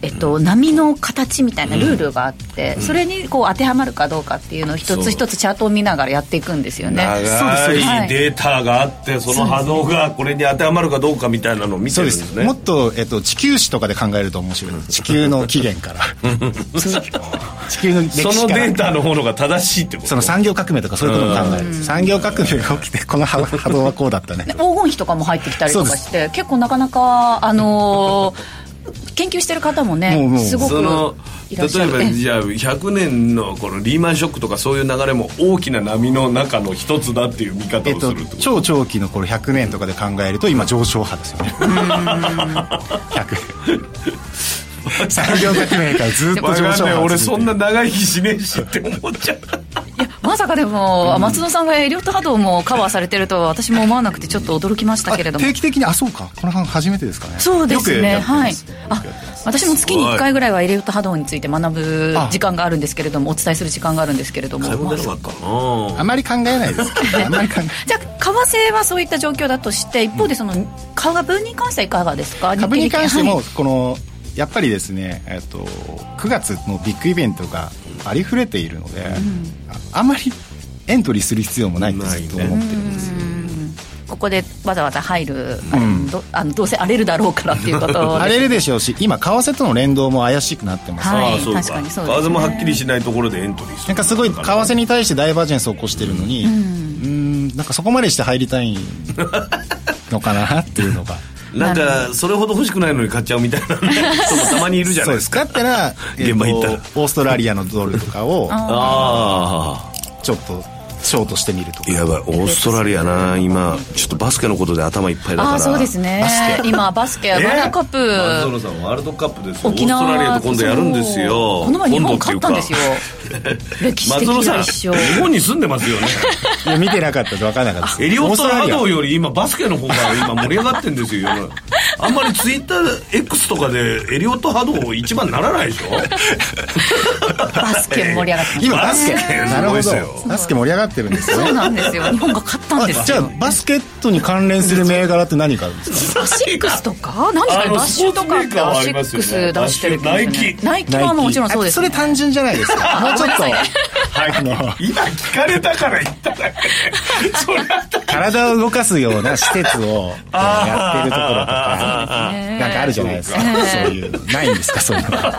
S3: えっと、波の形みたいなルールがあって、それにこう当てはまるかどうかっていうのを一
S4: そ
S3: つ
S4: う
S3: 一つチャートを見ながらやっていくんですよね
S4: 長いデータがあってその波動がこれに当てはまるかどうかみたいなのを見て
S2: そう
S4: るん
S2: で
S4: ですすね
S2: もっと、えっと、地球史とかで考えると面 白いです地球の起源から地球の歴史
S4: そ
S2: から
S4: のデータの方のが正しいってこと
S2: その産業革命とかそういうことも考えるんです産業革命が起きてこの波波動はこうだったね
S3: で黄金比とかも入ってきたりとかして結構なかなかあのー研究してる方もね
S2: もうもう
S3: すごく
S4: その
S3: い
S4: 例
S3: らっしゃ
S4: え
S3: る
S4: ばじゃあ100年のこのリーマンショックとかそういう流れも大きな波の中の一つだっていう見方をす
S2: え
S4: る
S2: っ
S4: ってことと、
S2: 超長期のこれ100年とかで考えると今上昇波ですよね100産業革命からずっと上
S4: わ
S2: 昇波
S4: かんない
S2: が
S4: 俺
S2: 続
S4: そ
S2: い
S4: ん
S2: て
S4: な
S2: る
S4: 長生きしねえしって思っちゃう
S3: まさかでも、松野さんがエリオット波動もカバーされてるとは私も思わなくてちょっと驚きましたけれども
S2: 定期的にあそうかこの半初めてですかね
S3: そうですね
S2: よくやってま
S3: はい
S2: す
S3: あ私も月に1回ぐらいはエリオット波動について学ぶ時間があるんですけれどもお伝えする時間があるんですけれどもまあ
S4: なかったな
S2: あまり考えないですけどあんまり考え ない
S3: じゃあ為替はそういった状況だとして一方でその株に関してはいかがですか
S2: 株に関して
S3: は
S2: も
S3: い
S2: このやっぱりですね、えっと、9月のビッグイベントがありふれているので、ああまりエントリーする必要もないってずっと思ってるんですよ、
S3: ここでわざわざ入る、あれどあのどうせ荒れるだろうからっていうことで
S2: 荒れるでしょうし今為替との連動も怪しくなってます、
S3: はい
S4: ああそうか
S3: 確かにそう
S4: 為
S3: ですね
S4: 替もはっきりしないところでエントリーする
S2: なんかすごい為替に対してダイバージェンスを起こしてるのにうんんなんかそこまでして入りたいのかなっていうのが
S4: なんかそれほど欲しくないのに買っちゃうみたい な人もたまにいる じゃな
S2: そ
S4: いうで
S2: ですす
S4: か
S2: かって な、
S4: 現場行ったら
S2: とオーストラリアのドルとか を
S4: あ
S2: ちょっとショートしてみると
S4: あ
S2: か
S4: やばいオーストラリアな今ちょっとバスケのことで頭いっぱいだから
S3: ああそうですね今バスケワールドカップ、
S4: マズドロさんワールドカップですよ
S3: 沖縄
S4: オーストラリアと今度やるんですよ
S3: そうこの前日本
S4: 今度
S3: 勝
S4: っ
S3: ってた
S4: い
S3: ん
S4: うか
S3: ですよ歴史
S4: 松
S3: 的
S4: 野さ
S3: なん一
S4: 日
S3: 勝
S4: 本に住んでますよね
S2: いや見てなかったと分からなかったです
S4: エリオ
S2: オー
S4: ッ
S2: ス
S4: ト・
S2: トラ
S4: ア
S2: リア
S4: ドーより今バスケの方が今盛り上がってんですよあんまりツイッター X とかでエリオット・ハドー一番ならないでしょ
S3: バスケ盛り上がってます
S2: 今バスケ
S4: バスケ
S2: なるほ
S4: すごいです
S2: どバスケ盛り上がってるんですよ
S3: そうなんですよ日本が勝ったん
S2: あ
S3: です
S2: じゃあ
S3: よ
S2: バスケットに関連する銘柄って何かあるん ですか
S3: アシックスとか何ですか
S4: あ
S3: ね
S4: の
S3: ダッシュとかっ
S4: スポーツメーカ
S3: て
S4: ーは
S3: ア
S4: あ
S3: シ
S4: り
S3: ッ
S4: ます
S3: ク
S4: よね
S3: ス出してるけどね
S4: ダッシュ
S3: ナイキはもうもちろんそうです
S2: あ
S3: ね
S2: れ単純じゃないですかもうちょっとあの
S4: 今聞かれたから言っただけそりゃ
S2: 体を動かすような施設をえーやってるところとか
S3: そうですね
S2: なんかあるじゃないですかそういうのないんですか そういうの
S3: ちょっ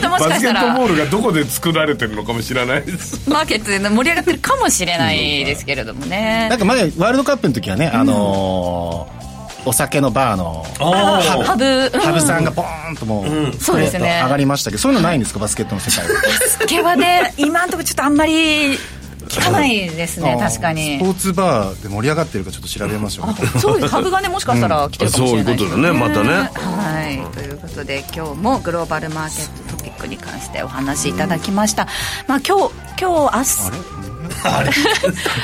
S3: ともし
S4: バ
S3: か
S4: ス
S3: した
S4: ケットボ
S3: ら
S4: ールがどこで作られてるのかも知らないです
S3: マーケットで盛り上がってるかもしれないですけれどもね
S2: なんか前ワールドカップの時はねあのーお酒のバーの
S4: あ
S3: ハブ、うん、
S2: 羽生さんがポーンともう、
S3: そうですね
S2: えーと上がりましたけどそういうのないんですかバスケットの世界は
S3: スケバで今んとこちょっとあんまり聞かないですね確かに
S2: スポーツバーで盛り上がってるかちょっと調べましょう、
S3: そうです株がねもしかしたら来てるかもしれない、
S4: そういうことだねまたね
S3: はいということで今日もグローバルマーケットトピックに関してお話しいただきました、まあ今日今日明日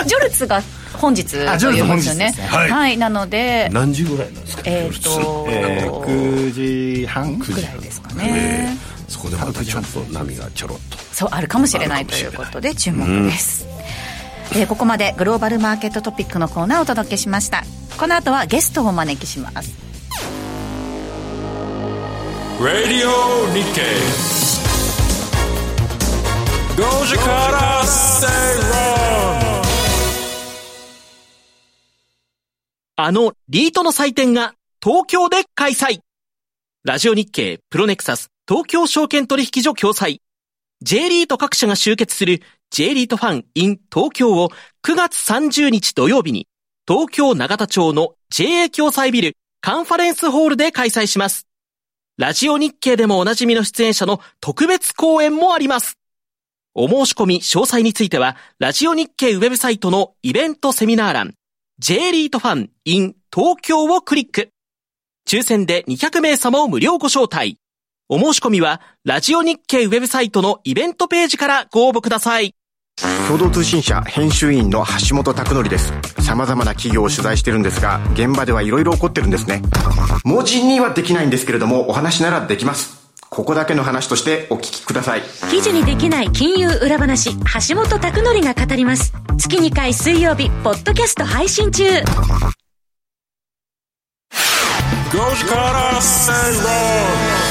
S3: ジョルツが本日と
S2: あジョル
S3: い
S2: ツ
S3: うこ
S2: 本
S3: と
S2: 日
S3: です
S2: で
S3: よ
S2: す
S3: ね
S2: ね
S4: はい
S3: なので
S4: 何時ぐらいなんですか
S3: えっ、と、
S2: えー6時半
S3: ぐらいですかね、
S4: そこでまたちょっと波がちょろっと
S3: そうあるかもしれな
S4: あ
S3: い
S4: る
S3: と
S4: かもし
S3: い
S4: れ
S3: う
S4: ない
S3: ことで注目です、えーここまでグローバルマーケットトピックのコーナーをお届けしましたこの後はゲストをお招きします
S1: Radio Nikkei. Goji Kara Seiron.
S6: あのリートの祭典が東京で開催ラジオ日経プロネクサス東京証券取引所共催 J リート各社が集結する J リートファン in 東京を9月30日土曜日に東京長田町の JA 共催ビルカンファレンスホールで開催します。ラジオ日経でもおなじみの出演者の特別講演もあります。お申し込み詳細については、ラジオ日経ウェブサイトのイベントセミナー欄、J リートファン in 東京をクリック。抽選で200名様を無料ご招待。お申し込みは、ラジオ日経ウェブサイトのイベントページからご応募ください。
S7: 共同通信社編集員の橋本拓典です様々な企業を取材してるんですが現場ではいろいろ起こってるんですね文字にはできないんですけれどもお話ならできますここだけの話としてお聞きください
S5: 記事にできない金融裏話橋本拓典が語ります月2回水曜日ポッドキャスト配信中
S1: Goji Kara Seiron.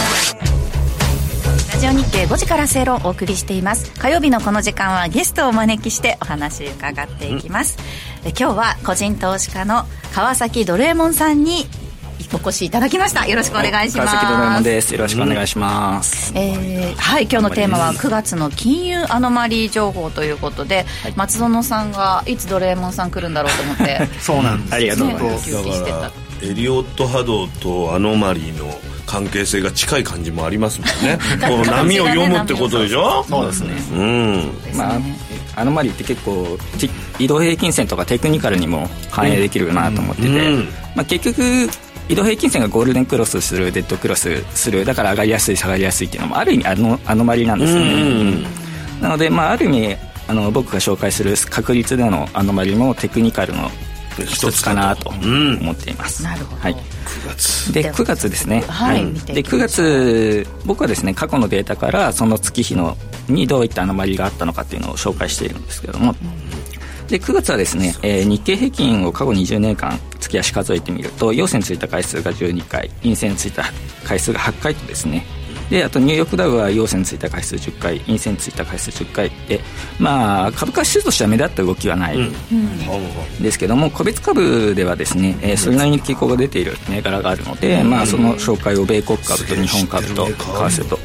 S3: ラジオ日経5時から正論をお送りしています火曜日のこの時間はゲストをお招きしてお話伺っていきます、え今日は個人投資家の川崎ドレエモンさんにお越しいただきましたよろしくお願いします
S8: 川崎ドラえもんですよろしくお願いします、
S3: えーはい今日のテーマは9月の金融アノマリー情報ということで、松園さんがいつドレエモンさん来るんだろうと 思ってね
S8: そうなんですありがとうございま
S3: ウ
S8: す、
S3: キウキしてた
S4: エリオット波動とアノマリーの関係性が近い感じもありますもんねこう波を読むってことでしょ
S8: そうですね、
S4: うん
S3: ですね、
S8: まあ、アノマリーって結構ち移動平均線とかテクニカルにも反映できるなと思ってて、
S4: うん
S8: まあ、結局移動平均線がゴールデンクロスするデッドクロスするだから上がりやすい下がりやすいっていうのもある意味アノアノマリーなんですよね、なので、まあ、ある意味あの僕が紹介する確率でのアノマリーもテクニカルの一つかなと
S4: うん
S8: 思っています、
S3: なるほど
S8: はい、
S3: で
S8: で9月ですね、
S3: はい見てい
S8: で
S3: き
S8: 9
S3: ましょ
S8: 月僕はですね過去のデータからその月日のにどういったアノマリがあったのかっていうのを紹介しているんですけども、で9月はですね、えー日経平均を過去20年間月足数えてみると陽線ついた回数が12回陰線ついた回数が8回とですねであとニューヨークダウは陽線ついた回数10回陰線ついた回数10回で、まあ、株価指数としては目立った動きはない、ですけども個別株ではですね、えーそれなりに傾向が出ている銘柄があるので、まあ、その紹介を米国株と日本株と為替と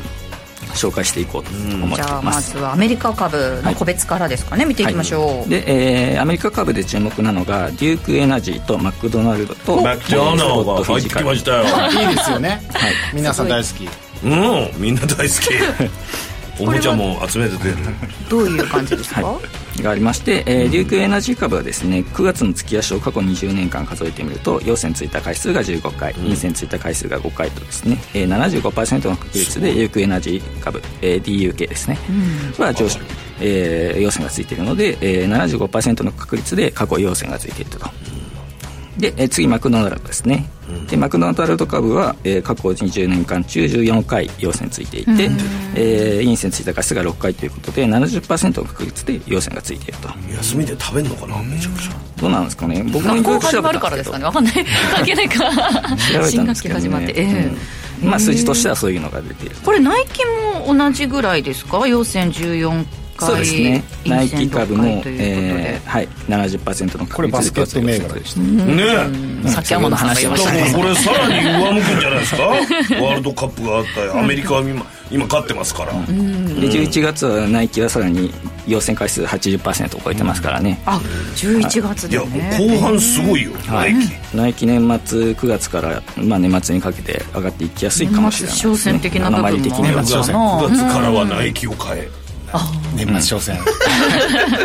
S8: 紹介していこうと思っ
S3: じ
S8: てい
S3: ゃあ
S8: ま
S3: ますず。はアメリカ株の個別からですかね、見ていきましょう、
S8: はいで、えーアメリカ株で注目なのがデュークエナジーとマクドナルドと
S4: マクドナルドが入ってきましたたよ
S2: いいですよね、皆さん大好き
S4: うんみんな大好 きおもちゃも集めてて
S3: どういう感じですか、
S8: がありまして、えー、デュークエナジー株はですね9月の月足を過去20年間数えてみると陽線ついた回数が15回陰線ついた回数が5回とですね、えー、75%の確率でデュークエナジー株、えー、DUK ですね、は上昇、えー、陽線がついているので、えー、75%の確率で過去陽線がついていると。で、えー次マクドナルドですね、でマクドナルド株は、えー過去20年間中14回陽線ついていて、えー陰線ついた回数が6回ということで70%の確率で陽線がついていると
S4: 休みで食べんのかなめちゃくちゃ
S8: どうなんですかね僕も
S3: 学
S8: よ
S3: 校
S8: く調
S3: 始
S8: べ
S3: ま
S8: た
S3: る
S8: ん
S3: からで
S8: ですけど
S3: すかねわかんない関係ないか
S8: 調べた
S3: 新
S8: んで
S3: 学
S8: す
S3: 期
S8: けど、ね、
S3: 始まって、ええ
S8: うんまあ数字としてはそういうのが出ている
S3: これナイキも同じぐらいですか陽線14回
S8: そうですねナ
S3: 陰
S8: イ
S3: 線
S8: キ
S3: 6回
S8: 株も、
S3: ということ
S8: え
S3: で
S8: ー、はい、70%の確率で
S2: これバスケット銘柄でした
S4: ね
S3: さっき天野さんが言いましたね
S4: えこれさらに上向くんじゃないですかワールドカップがあったりアメリカは今今勝ってますから
S8: で11月はナイキはさらに陽線回数80%を超えてますからね、
S3: あ11月
S4: い
S3: で
S4: や
S3: す
S4: もう
S3: ね
S4: 後半すごいよナイキ
S8: ナイキ年末9月から、まあ、年末にかけて上がっていきやすいかもしれないです、ね、
S3: 年末商戦的な部分も
S8: 7割的に
S4: 9
S8: は
S4: 月
S2: そうね
S4: 9月からはナイキを買え
S2: 年末商戦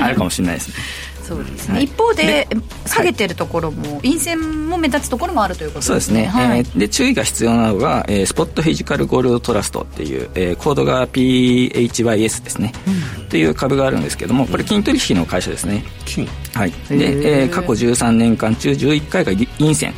S8: あるかもしれないですね
S3: そうですね一方で下げてるところも陰線も目立つところもあるということです
S8: そう
S3: ね
S8: ですね、
S3: はい
S8: えーで注意が必要なのが、えースポットフィジカルゴールドトラストっていう、えーコードが PHYS ですね、っていう株があるんですけどもこれ金取引の会社ですね、
S4: 金
S8: はい、で、えー過去13年間中11回がぎ陰線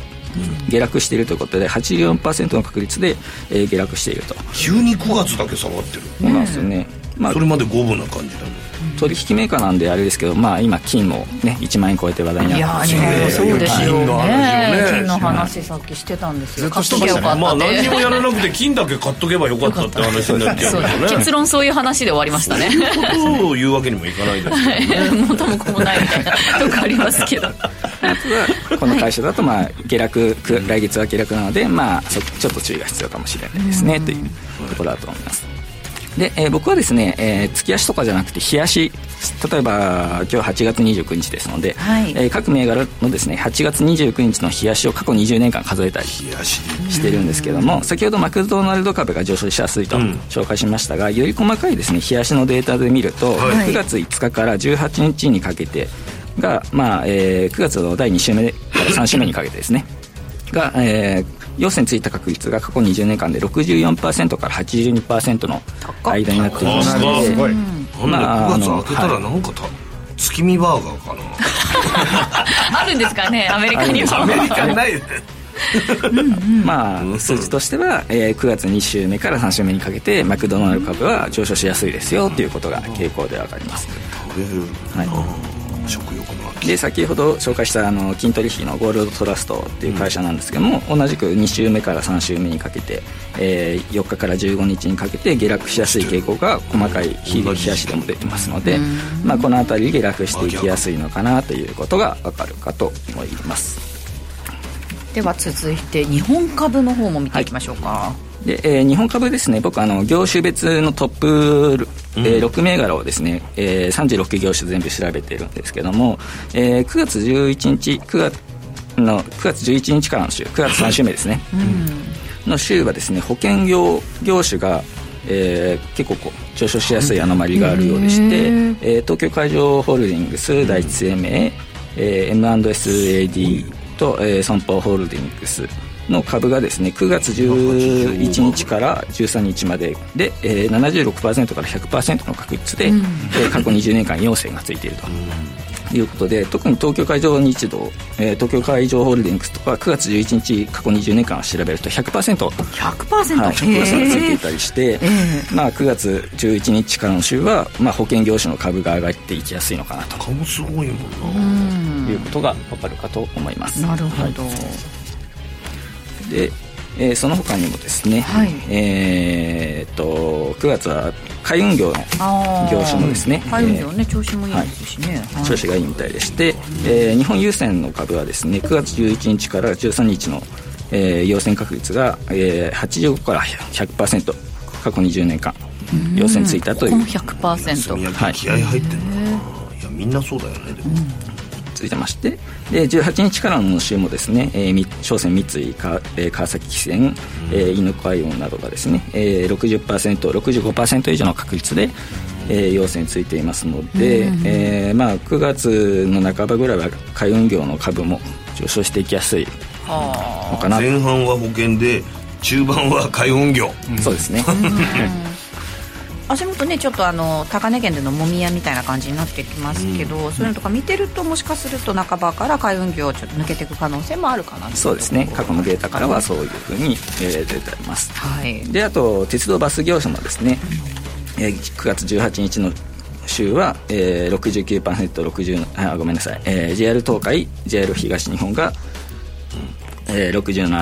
S8: 下落しているということで84%の確率で、えー下落していると、
S4: 急に9月だけ下がってる
S8: そうなんですよね、まあ
S4: それまで五分な感じだね
S8: 取引メーカーなんであれですけど、まあ、今金も、ね、1万円超えて話題に
S3: いや
S8: なっ
S3: ー
S8: て
S3: 日本も
S8: ます
S3: そうですよね金の
S4: 金
S3: 話さっきしてたんですよ
S2: ずっとしてま
S3: 買
S2: し
S3: っと
S2: た
S3: き
S2: ね
S3: ゃよ
S4: ま
S3: か
S4: あ
S3: った
S4: 何にも
S3: ね
S4: やらなくて金だけ買っとけばよかったって話になっちゃ
S3: そうう
S4: けどね
S3: 結論そういう話で終わりましたね
S4: そうを言うわけにもいかないですけどね
S3: 元も子もないみたいなとこありますけど
S8: この会社だと、まあ、下落く来月は下落なので、まあ、そちょっと注意が必要かもしれないですね、というところだと思いますで、えー僕はですね、えー月足とかじゃなくて日足例えば今日8月29日ですので、
S3: はい
S8: えー各銘柄のですね8月29日の日足を過去20年間数えたり
S4: いやし
S8: してるんですけども先ほどマクドナルド株が上昇しやすいと紹介しましたが、より細かいですね冷やしのデータで見ると、
S4: はい
S8: 9月5日から18日にかけてが、まあえー9月の第2週目から3週目にかけてですねが、えー、陽線ついた確率が過去20年間で64%から82%の間になっていま
S4: あ
S8: し
S4: す
S8: て
S4: ごい
S8: まあ
S4: なんだ9
S8: あの
S4: 月開けたらなんかた月見バーガーかな
S3: あるんですかねアメリカに
S8: あ
S3: は
S8: るんです
S4: アメリカないね
S8: まあ、数字としては、えー9月2週目から3週目にかけてマクドナルド株は上昇しやすいですよということが傾向で分かります、はい、
S4: 食欲の秋
S8: で先ほど紹介したあの金取引のゴールドトラストっていう会社なんですけども、同じく2週目から3週目にかけて、えー4日から15日にかけて下落しやすい傾向が細かい日々日足でも出てますので、まあ、この辺り下落していきやすいのかなということが分かるかと思います
S3: では続いて日本株の方も見ていきましょうか、
S8: で、えー日本株ですね僕あの業種別のトップ、えー6銘柄をですね、えー36業種全部調べてるんですけども、えー9月11日9月の9月11日からの週9月3週目ですね、の週はですね保険業業種が、えー結構こう上昇しやすいアノマリがあるようでして、えー東京海上ホールディングス第一生命、えー M&SAD と、えー、損保ホールディングスの株がですね9月11日から13日までで、えー、76%から100%の確率で、えー過去20年間陽性がついていると。ということで特に東京海上日動、えー東京海上ホールディングスとか9月11日過去20年間を調べると100%、はい、
S3: 100%、
S8: 100%ついて
S3: へ
S8: い
S3: え
S8: たりして、まあ、9月11日からの週は、まあ、保険業種の株が上がっていきやすいのかなと
S4: 顔もすごいもんな
S8: いうことがわかるかと思います。
S3: なるほど、
S8: でえーその他にもですね、
S3: はい
S8: えーっと9月は海運業の
S3: あー
S8: 業種もですね
S3: 海運業ね調子もいいですしね、はい
S8: 調子がいいみたいでして、えー日本郵船の株はですね9月11日から13日の、えー要請確率が、えー85から100%過去20年間要請ついたという、
S3: ここも100%
S4: 炭
S8: はい
S4: 焼き気合入ってんのかな、い、やみんなそうだよねでも、
S8: ついてましてで18日からの週もですね、えーみ商船三井か、えー川崎汽船、えー猪子海運などがですね、えー、60%65% 以上の確率で、えー要請についていますので、えーまあ、9月の半ばぐらいは海運業の株も上昇していきやすいのかなと
S4: 前半は保険で中盤は海運業、
S8: そうで すね、
S3: 足元ねちょっとあの高値圏でのもみ合いみたいな感じになってきますけど、そういうのとか見てるともしかすると半ばから海運業ちょっと抜けていく可能性もあるかな
S8: そうですね過去のデータからはそういうふうに、えー出ています
S3: はい
S8: であと鉄道バス業者もですね、えー9月18日の週は、えー、69%60 あごめんなさい、えー JR 東海 JR 東日本が、えー、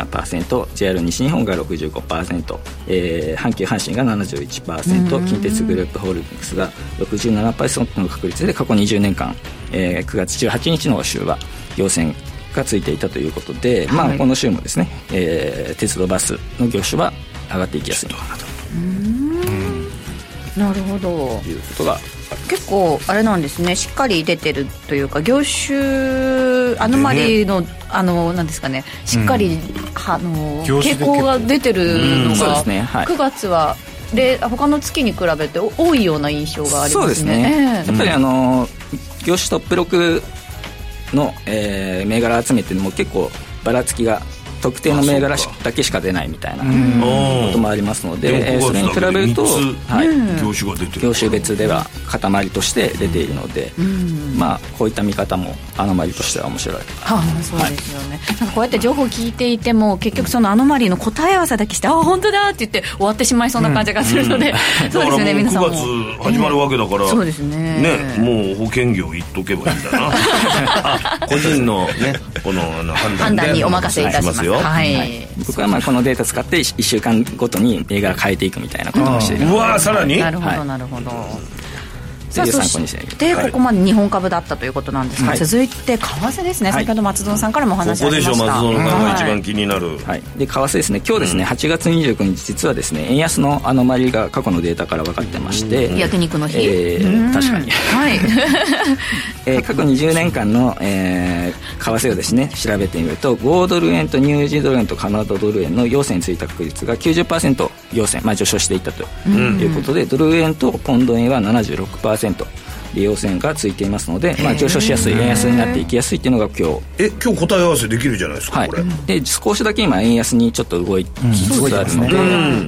S8: 67%JR 西日本が65%、えー、阪急阪神が71%近鉄グループホールディングスが67%の確率で過去20年間、えー、9月18日の週は要請がついていたということで、ま
S3: は
S8: あ、
S3: い
S8: この週もですね、えー鉄道バスの業種は上がっていきやすいのかなと
S3: なるほど
S8: いうことが
S3: 結構あれなんですねしっかり出てるというか業種アノマリーの、あのなんですかねしっかり、はあの
S2: 業種で
S3: 傾
S2: 結構
S3: 向が出てるの
S8: うんそう
S3: が、
S8: ですねはい
S3: 9月はで他の月に比べてお多いような印象がありますね
S8: そうですね、
S3: え
S8: や
S3: え
S8: っぱりあの業種トップ6の、えー銘柄集めても結構ばらつきが特定の銘柄し
S4: あそう
S8: だけしか出ないみたいな
S4: う
S8: こともありますので、えー
S4: も
S8: それに比べると、
S4: 三つ
S8: はい
S4: 業種が出てる
S8: 業種別では塊として出ているので、まあ、こういった見方もアノマリとしては面白い
S3: はあ、そうですよね、なんかこうやって情報を聞いていても結局そのアノマリーの答え合わせだけして、ああ本当だって言って終わってしまいそうな感じがするので、そうですよね皆
S4: だ
S3: さ
S4: か
S3: んも
S4: らもう9月始まるわけだから、
S3: ええそうですね
S4: ねもう保険業行っとけばいいんだ なあ個人のねこのあの判
S3: 判
S4: 断で
S3: 断にお任せいたします
S4: よ、
S3: はい、
S8: 僕はまあこのデータ使って1週間ごとに銘柄変えていくみたいなことをしている
S4: うわーさらに
S3: なるほ
S8: は
S3: ど
S8: い
S3: なるほど、
S8: ぜ
S3: さあ
S8: ひ
S3: そ
S8: 参考に
S3: し
S8: してあげ
S3: てこ
S8: て
S3: こまで日本株だったということなんですが、
S8: はい
S3: 続いて為替ですね、
S8: はい
S3: 先ほど松園さんからもお話
S4: こ
S3: あ
S4: こ
S3: り
S4: で
S3: まし
S4: しょ
S3: た
S4: 松園さんが一
S3: はい
S4: 番気になる、
S8: はい、で為替ですね、今日ですね、8月29日、実はですね円安のアノマリが過去のデータから分かってまして、
S3: 焼肉の日
S8: えー確かに、
S3: はい、
S8: えー過去20年間の、えー為替をですね調べてみると、5ドル円とニュージードル円とカナダドル円の要請についた確率が90%要請、まあ、上昇していったということで、ドル円とポンド円は76%。で要請がついていますので、まあ、上昇しやすい円安になっていきやすいっていうのが今日
S4: え今日答え合わせできるじゃないですか、
S8: はい
S4: これ、、
S8: で少しだけ今円安にちょっと動いてきつつあるので、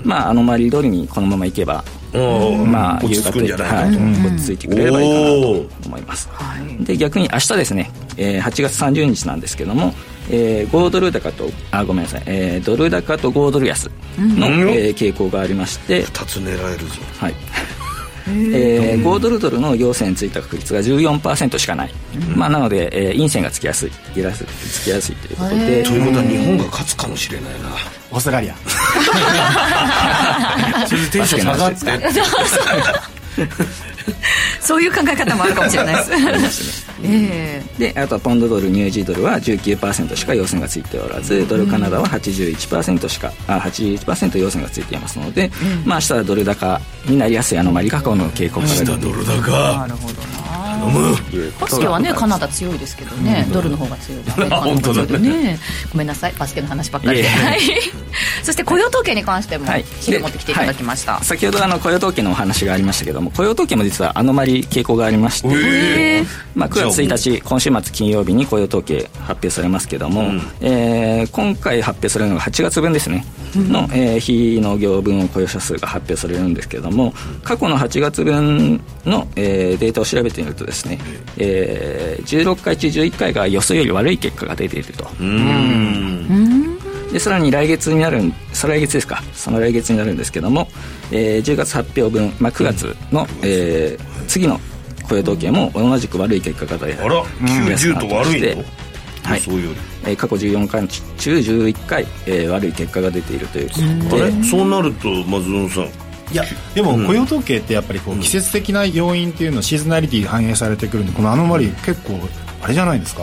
S8: まあ、あの周り通りにこのままいけば、
S4: うん
S8: まあ、
S4: 落ち着くんじゃないかと、
S8: 夕方はい、落ち着いてくれればいいかなと思います、
S3: はい
S8: で逆に明日ですね、えー8月30日なんですけども、えー、5ドル高とあごめんなさい、えードル高と5ドル安の、えー傾向がありまして、
S4: 二つ狙えるぞ
S8: はいえー、5ドルドルの要線についた確率が14%しかない、まあ、なので、えー、陰線がつきやすいつきやすいつきやすいということで、
S4: ということは日本が勝つかもしれないな
S2: オーストラ リア
S4: それでテンション下がって
S3: そういう考え方もあるかもしれないです。え
S8: であとはポンドドルニュージードルは19%しか要請がついておらずドルカナダは81%しかあ81%要請がついていますので、まあ明日はドル高になりやすいアノマリがこの傾向から出てい
S4: ド
S8: る
S4: ル
S3: え
S4: 高
S3: なるほどな。
S8: というこ
S3: バ
S8: と
S3: スケはねカナ
S8: ダ
S3: ダ強いですけどね、ドルの方が強いからね
S4: あ本当だね
S3: カナダ強いねごめんなさいバスケの話ばっかりで、
S8: いえいえ
S3: はい、そして雇用統計に関しても資料持ってきていただきました、
S8: 先ほどあの雇用統計のお話がありましたけども雇用統計も実はアノマリ傾向がありまして、
S4: え
S8: まあ、9月1日今週末金曜日に雇用統計発表されますけども、えー今回発表されるのが8月分ですねの、えー非農業分雇用者数が発表されるんですけども過去の8月分の、えーデータを調べてみるとですね、えー16回中11回が予想より悪い結果が出ているとでさらに来月になるん再来月ですかその来月になるんですけども、えー10月発表分、まあ、9月の、えー次の雇用統計も同じく悪い結果が出て
S4: あら90と悪いの
S8: ではい
S4: そうより
S8: えー過去14回中11回、えー悪い結果が出ているということ
S4: あ
S8: で
S4: れそうなると松園さん
S2: いやでも雇用統計ってやっぱりこう季節的な要因っていうのはシーズナリティ反映されてくるんでこのアノマリー結構あれじゃないですか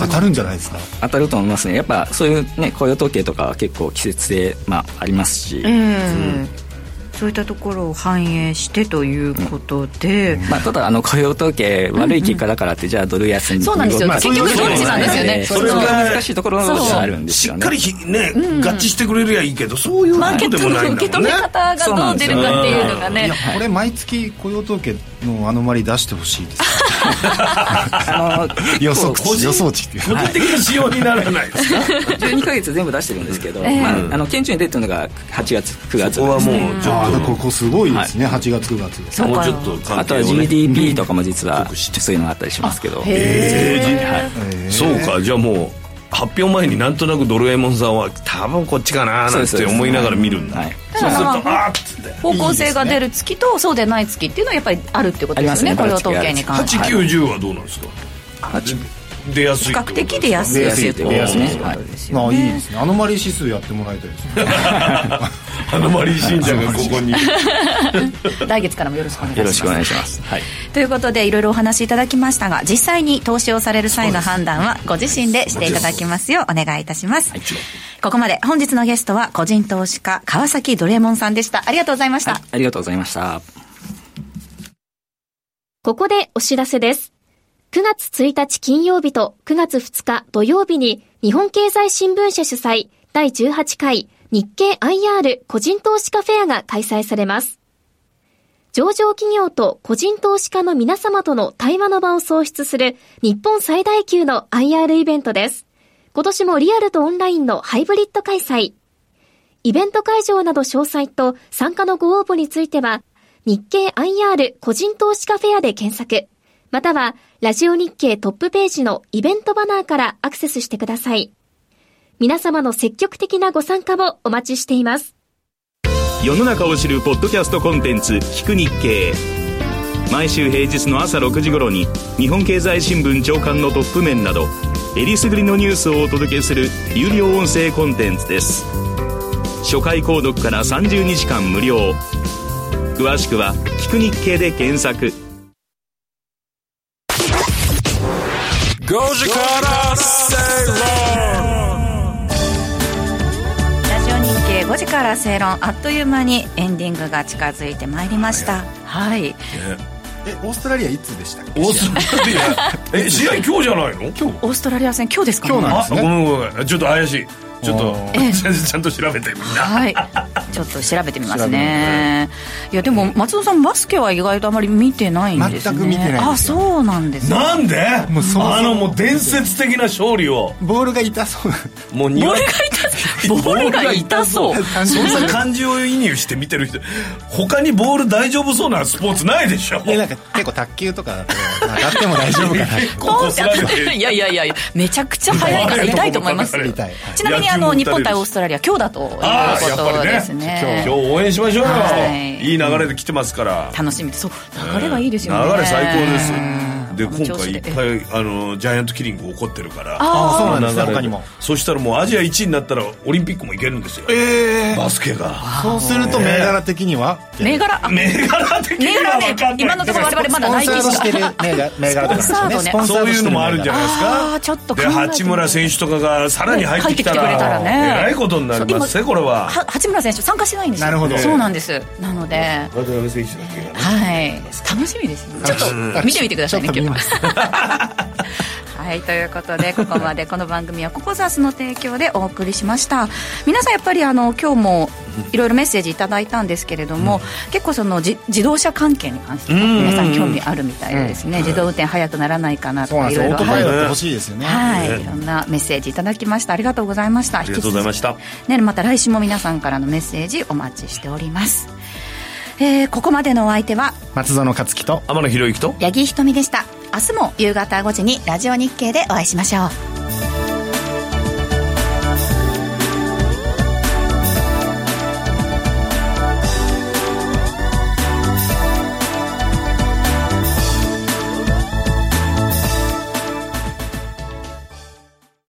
S2: 当たるんじゃないですか
S8: 当たると思いますねやっぱそういう、ね、雇用統計とかは結構季節性、まあ、ありますし、
S3: ええそういったところを反映してということで、
S8: まあ、ただあの雇用統計悪い結果だからって、じゃあドル安に
S3: そうなんですよ、
S2: まあ
S3: 結局
S2: そう
S3: ど
S2: いう
S3: っちなんですよね、
S8: それ
S4: それが
S8: が難しいところがあるんです
S4: し
S8: よ
S4: っ
S8: ね
S4: かりひね、合致してくれりゃいいけどそういうこ
S3: マーケッ
S4: とで
S3: ト
S4: もない
S3: の
S4: ん
S3: 受け
S4: だ
S3: 止め方
S4: もんね
S3: がどう出るかっていうのが
S2: い
S3: ね
S2: やこれ毎月雇用統計のアノマリー出してほしいです
S8: あの結構
S2: 予測値予想値っていう
S4: 個人的な仕様にならないですか
S8: 12ヶ月全部出してるんですけど、まあ、あの顕著に出てるのが8月9月
S4: そこはもうちょ
S2: ああだからこ
S4: っ
S2: こすごいですね、8月9月
S4: ともう
S3: か
S4: ちょっと
S8: あ
S4: 関
S8: と
S4: 係
S8: は
S4: をね
S8: GDP とかも実はそういうのがあったりしますけど
S4: えーそうかじゃあもう発表前になんとなくドルエモンさんは多分こっちかなな
S8: そうで
S4: ん
S8: すそう
S4: て
S8: です
S4: 思いながら見るんだ
S8: はい
S4: そうすると
S3: ただま
S4: あーっつって
S3: 方向性が出る月とそうでない月っていうのはやっぱりあるってことですよね
S8: あり
S3: 雇用
S8: ますね
S3: 統計に関しては
S4: 8910はどうなんですか出やす
S3: 比
S4: いって
S3: 較
S4: こと
S3: 的出やすい
S2: 出
S3: で
S2: や
S3: す
S2: すいってことですね
S3: よってことですよ
S2: まあ
S3: ね
S2: いいですねアノマリー指数やってもらいたいですね
S4: アノマリー信者がここに
S3: 来月からもよろしくお願いしま
S8: よろ
S3: す
S8: しくお願いします、はい、
S3: ということでいろいろお話しいただきましたが実際に投資をされる際の判断はご自身でしていただきますようお願いいたします、ここまで本日のゲストは個人投資家川崎ドレモンさんでしたありがとうございました、
S8: ありがとうございました
S5: ここでお知らせです。9月1日金曜日と9月2日土曜日に日本経済新聞社主催第18回日経 IR 個人投資家フェアが開催されます。上場企業と個人投資家の皆様との対話の場を創出する日本最大級の IR イベントです。今年もリアルとオンラインのハイブリッド開催。イベント会場など詳細と参加のご応募については、日経 IR 個人投資家フェアで検索、または、ラジオ日経トップページのイベントバナーからアクセスしてください。皆様の積極的なご参加をお待ちしています。
S9: 世の中を知るポッドキャストコンテンツ「聞く日経」毎週平日の朝6時頃に日本経済新聞長官のトップ面などえりすぐりのニュースをお届けする有料音声コンテンツです初回購読から30日間無料詳しくは「聞く日経」で検索
S1: Goji Kara Seiron.
S3: ラジオ日経5時から正論あっという間にエンディングが近づいてまいりましたはい
S2: えオーストラリアいつでしたっけ
S4: オーストラリアえ試合今日じゃないの今日
S3: オーストラリア戦今日ですかね
S2: 今日なん
S4: あごめんごめんちょっと怪しいちょっと
S3: ええ
S4: ちゃんと調べてみんな
S3: はい、ちょっと調べてみますね。いやでも松尾さんバスケは意外とあまり見てないんですね。
S2: 全く見てないですよ
S3: あ、そうなんですね。
S4: なんで
S2: もうそもそも
S4: あのもう伝説的な勝利を
S2: ボールが痛そうな
S4: もうボ
S3: ボールが痛そう。ボールが痛そう。
S2: 感じ
S4: そんな感情移入して見てる人他にボール大丈夫そうなスポーツないでしょ
S2: いやなんか結構卓球とかだと当たっても大丈夫かな
S4: ここすられて
S3: いやいやいやいやめちゃくちゃ速いから痛いと思います
S4: 痛い
S2: 痛い
S3: ちなみにあの
S4: 野球も打た
S3: 日本対
S4: れるし
S3: オーストラリア今日だという
S4: ああや
S3: こと
S4: っぱり
S3: です
S4: ね
S3: ね
S4: 今日応援しましょうよ、
S3: はい
S4: い、い流れで来てますから
S3: 楽しみですそう流れがいいですよね
S4: 流れ最高ですで
S3: この調
S4: 今回
S3: 子
S4: い
S3: で
S4: っぱいあのジャイアントキリング起こってるか ら
S2: あそうなんですね
S4: 流れ
S2: 他にも
S4: そしたらもうアジア1位になったらオリンピックも行けるんですよ、バスケが
S2: そうすると銘柄的には
S3: 銘柄あ
S4: 銘柄的
S3: 銘
S4: に
S3: 柄
S4: は
S3: は
S4: 分か
S3: ね
S4: んない
S3: 今のところ我々ま
S2: ス
S3: だ
S2: ポ
S3: ナ
S2: ン
S3: イ
S2: サ
S3: キ
S2: ード
S3: し
S2: し
S3: か
S2: てる銘柄銘柄とかですよね
S3: ス
S2: ス
S3: ポ
S2: ポ
S3: ン
S2: ンサ
S3: サ
S4: そ
S2: ー
S4: う
S2: ド
S4: い
S2: し
S4: う
S2: てる銘
S4: のもあ
S2: 柄
S4: るんじゃないです
S3: あ
S4: か
S3: ーちょっと考えて
S4: で八村選手とかがさらに入ってきたら,、
S3: 入ってきてくれたらね
S4: えらいことになりますねこれは
S3: は八村選手参加しないんですよ
S2: なるほど
S3: そうなんですなので
S4: 渡辺選手だけが
S3: は
S4: ね
S3: い楽しみですねちょっと見てみてくださいね
S2: ちょっと見
S3: 今
S2: ま
S3: 日
S2: す
S3: はいということでここまでこの番組はココザスの提供でお送りしました皆さんやっぱりあの今日もいろいろメッセージいただいたんですけれども、結構そのじ自動車関係に関して皆さん興味あるみたいでですね、自動運転早くならないかなと
S2: そうなん
S3: か
S2: で
S3: い
S2: す
S3: ろ
S2: よオ
S3: いろ
S2: ートパ
S3: は
S2: イ
S3: い
S2: ロット欲しいですよね
S3: はい、いろんなメッセージいただきましたありがとうございましたあ
S4: りがとうございました
S3: ねまた来週も皆さんからのメッセージお待ちしております、えーここまでのお相手は
S2: 松園克樹と
S4: 天野博之と
S3: 八木ひとみでした明日も夕方5時にラジオ日経でお会いしましょう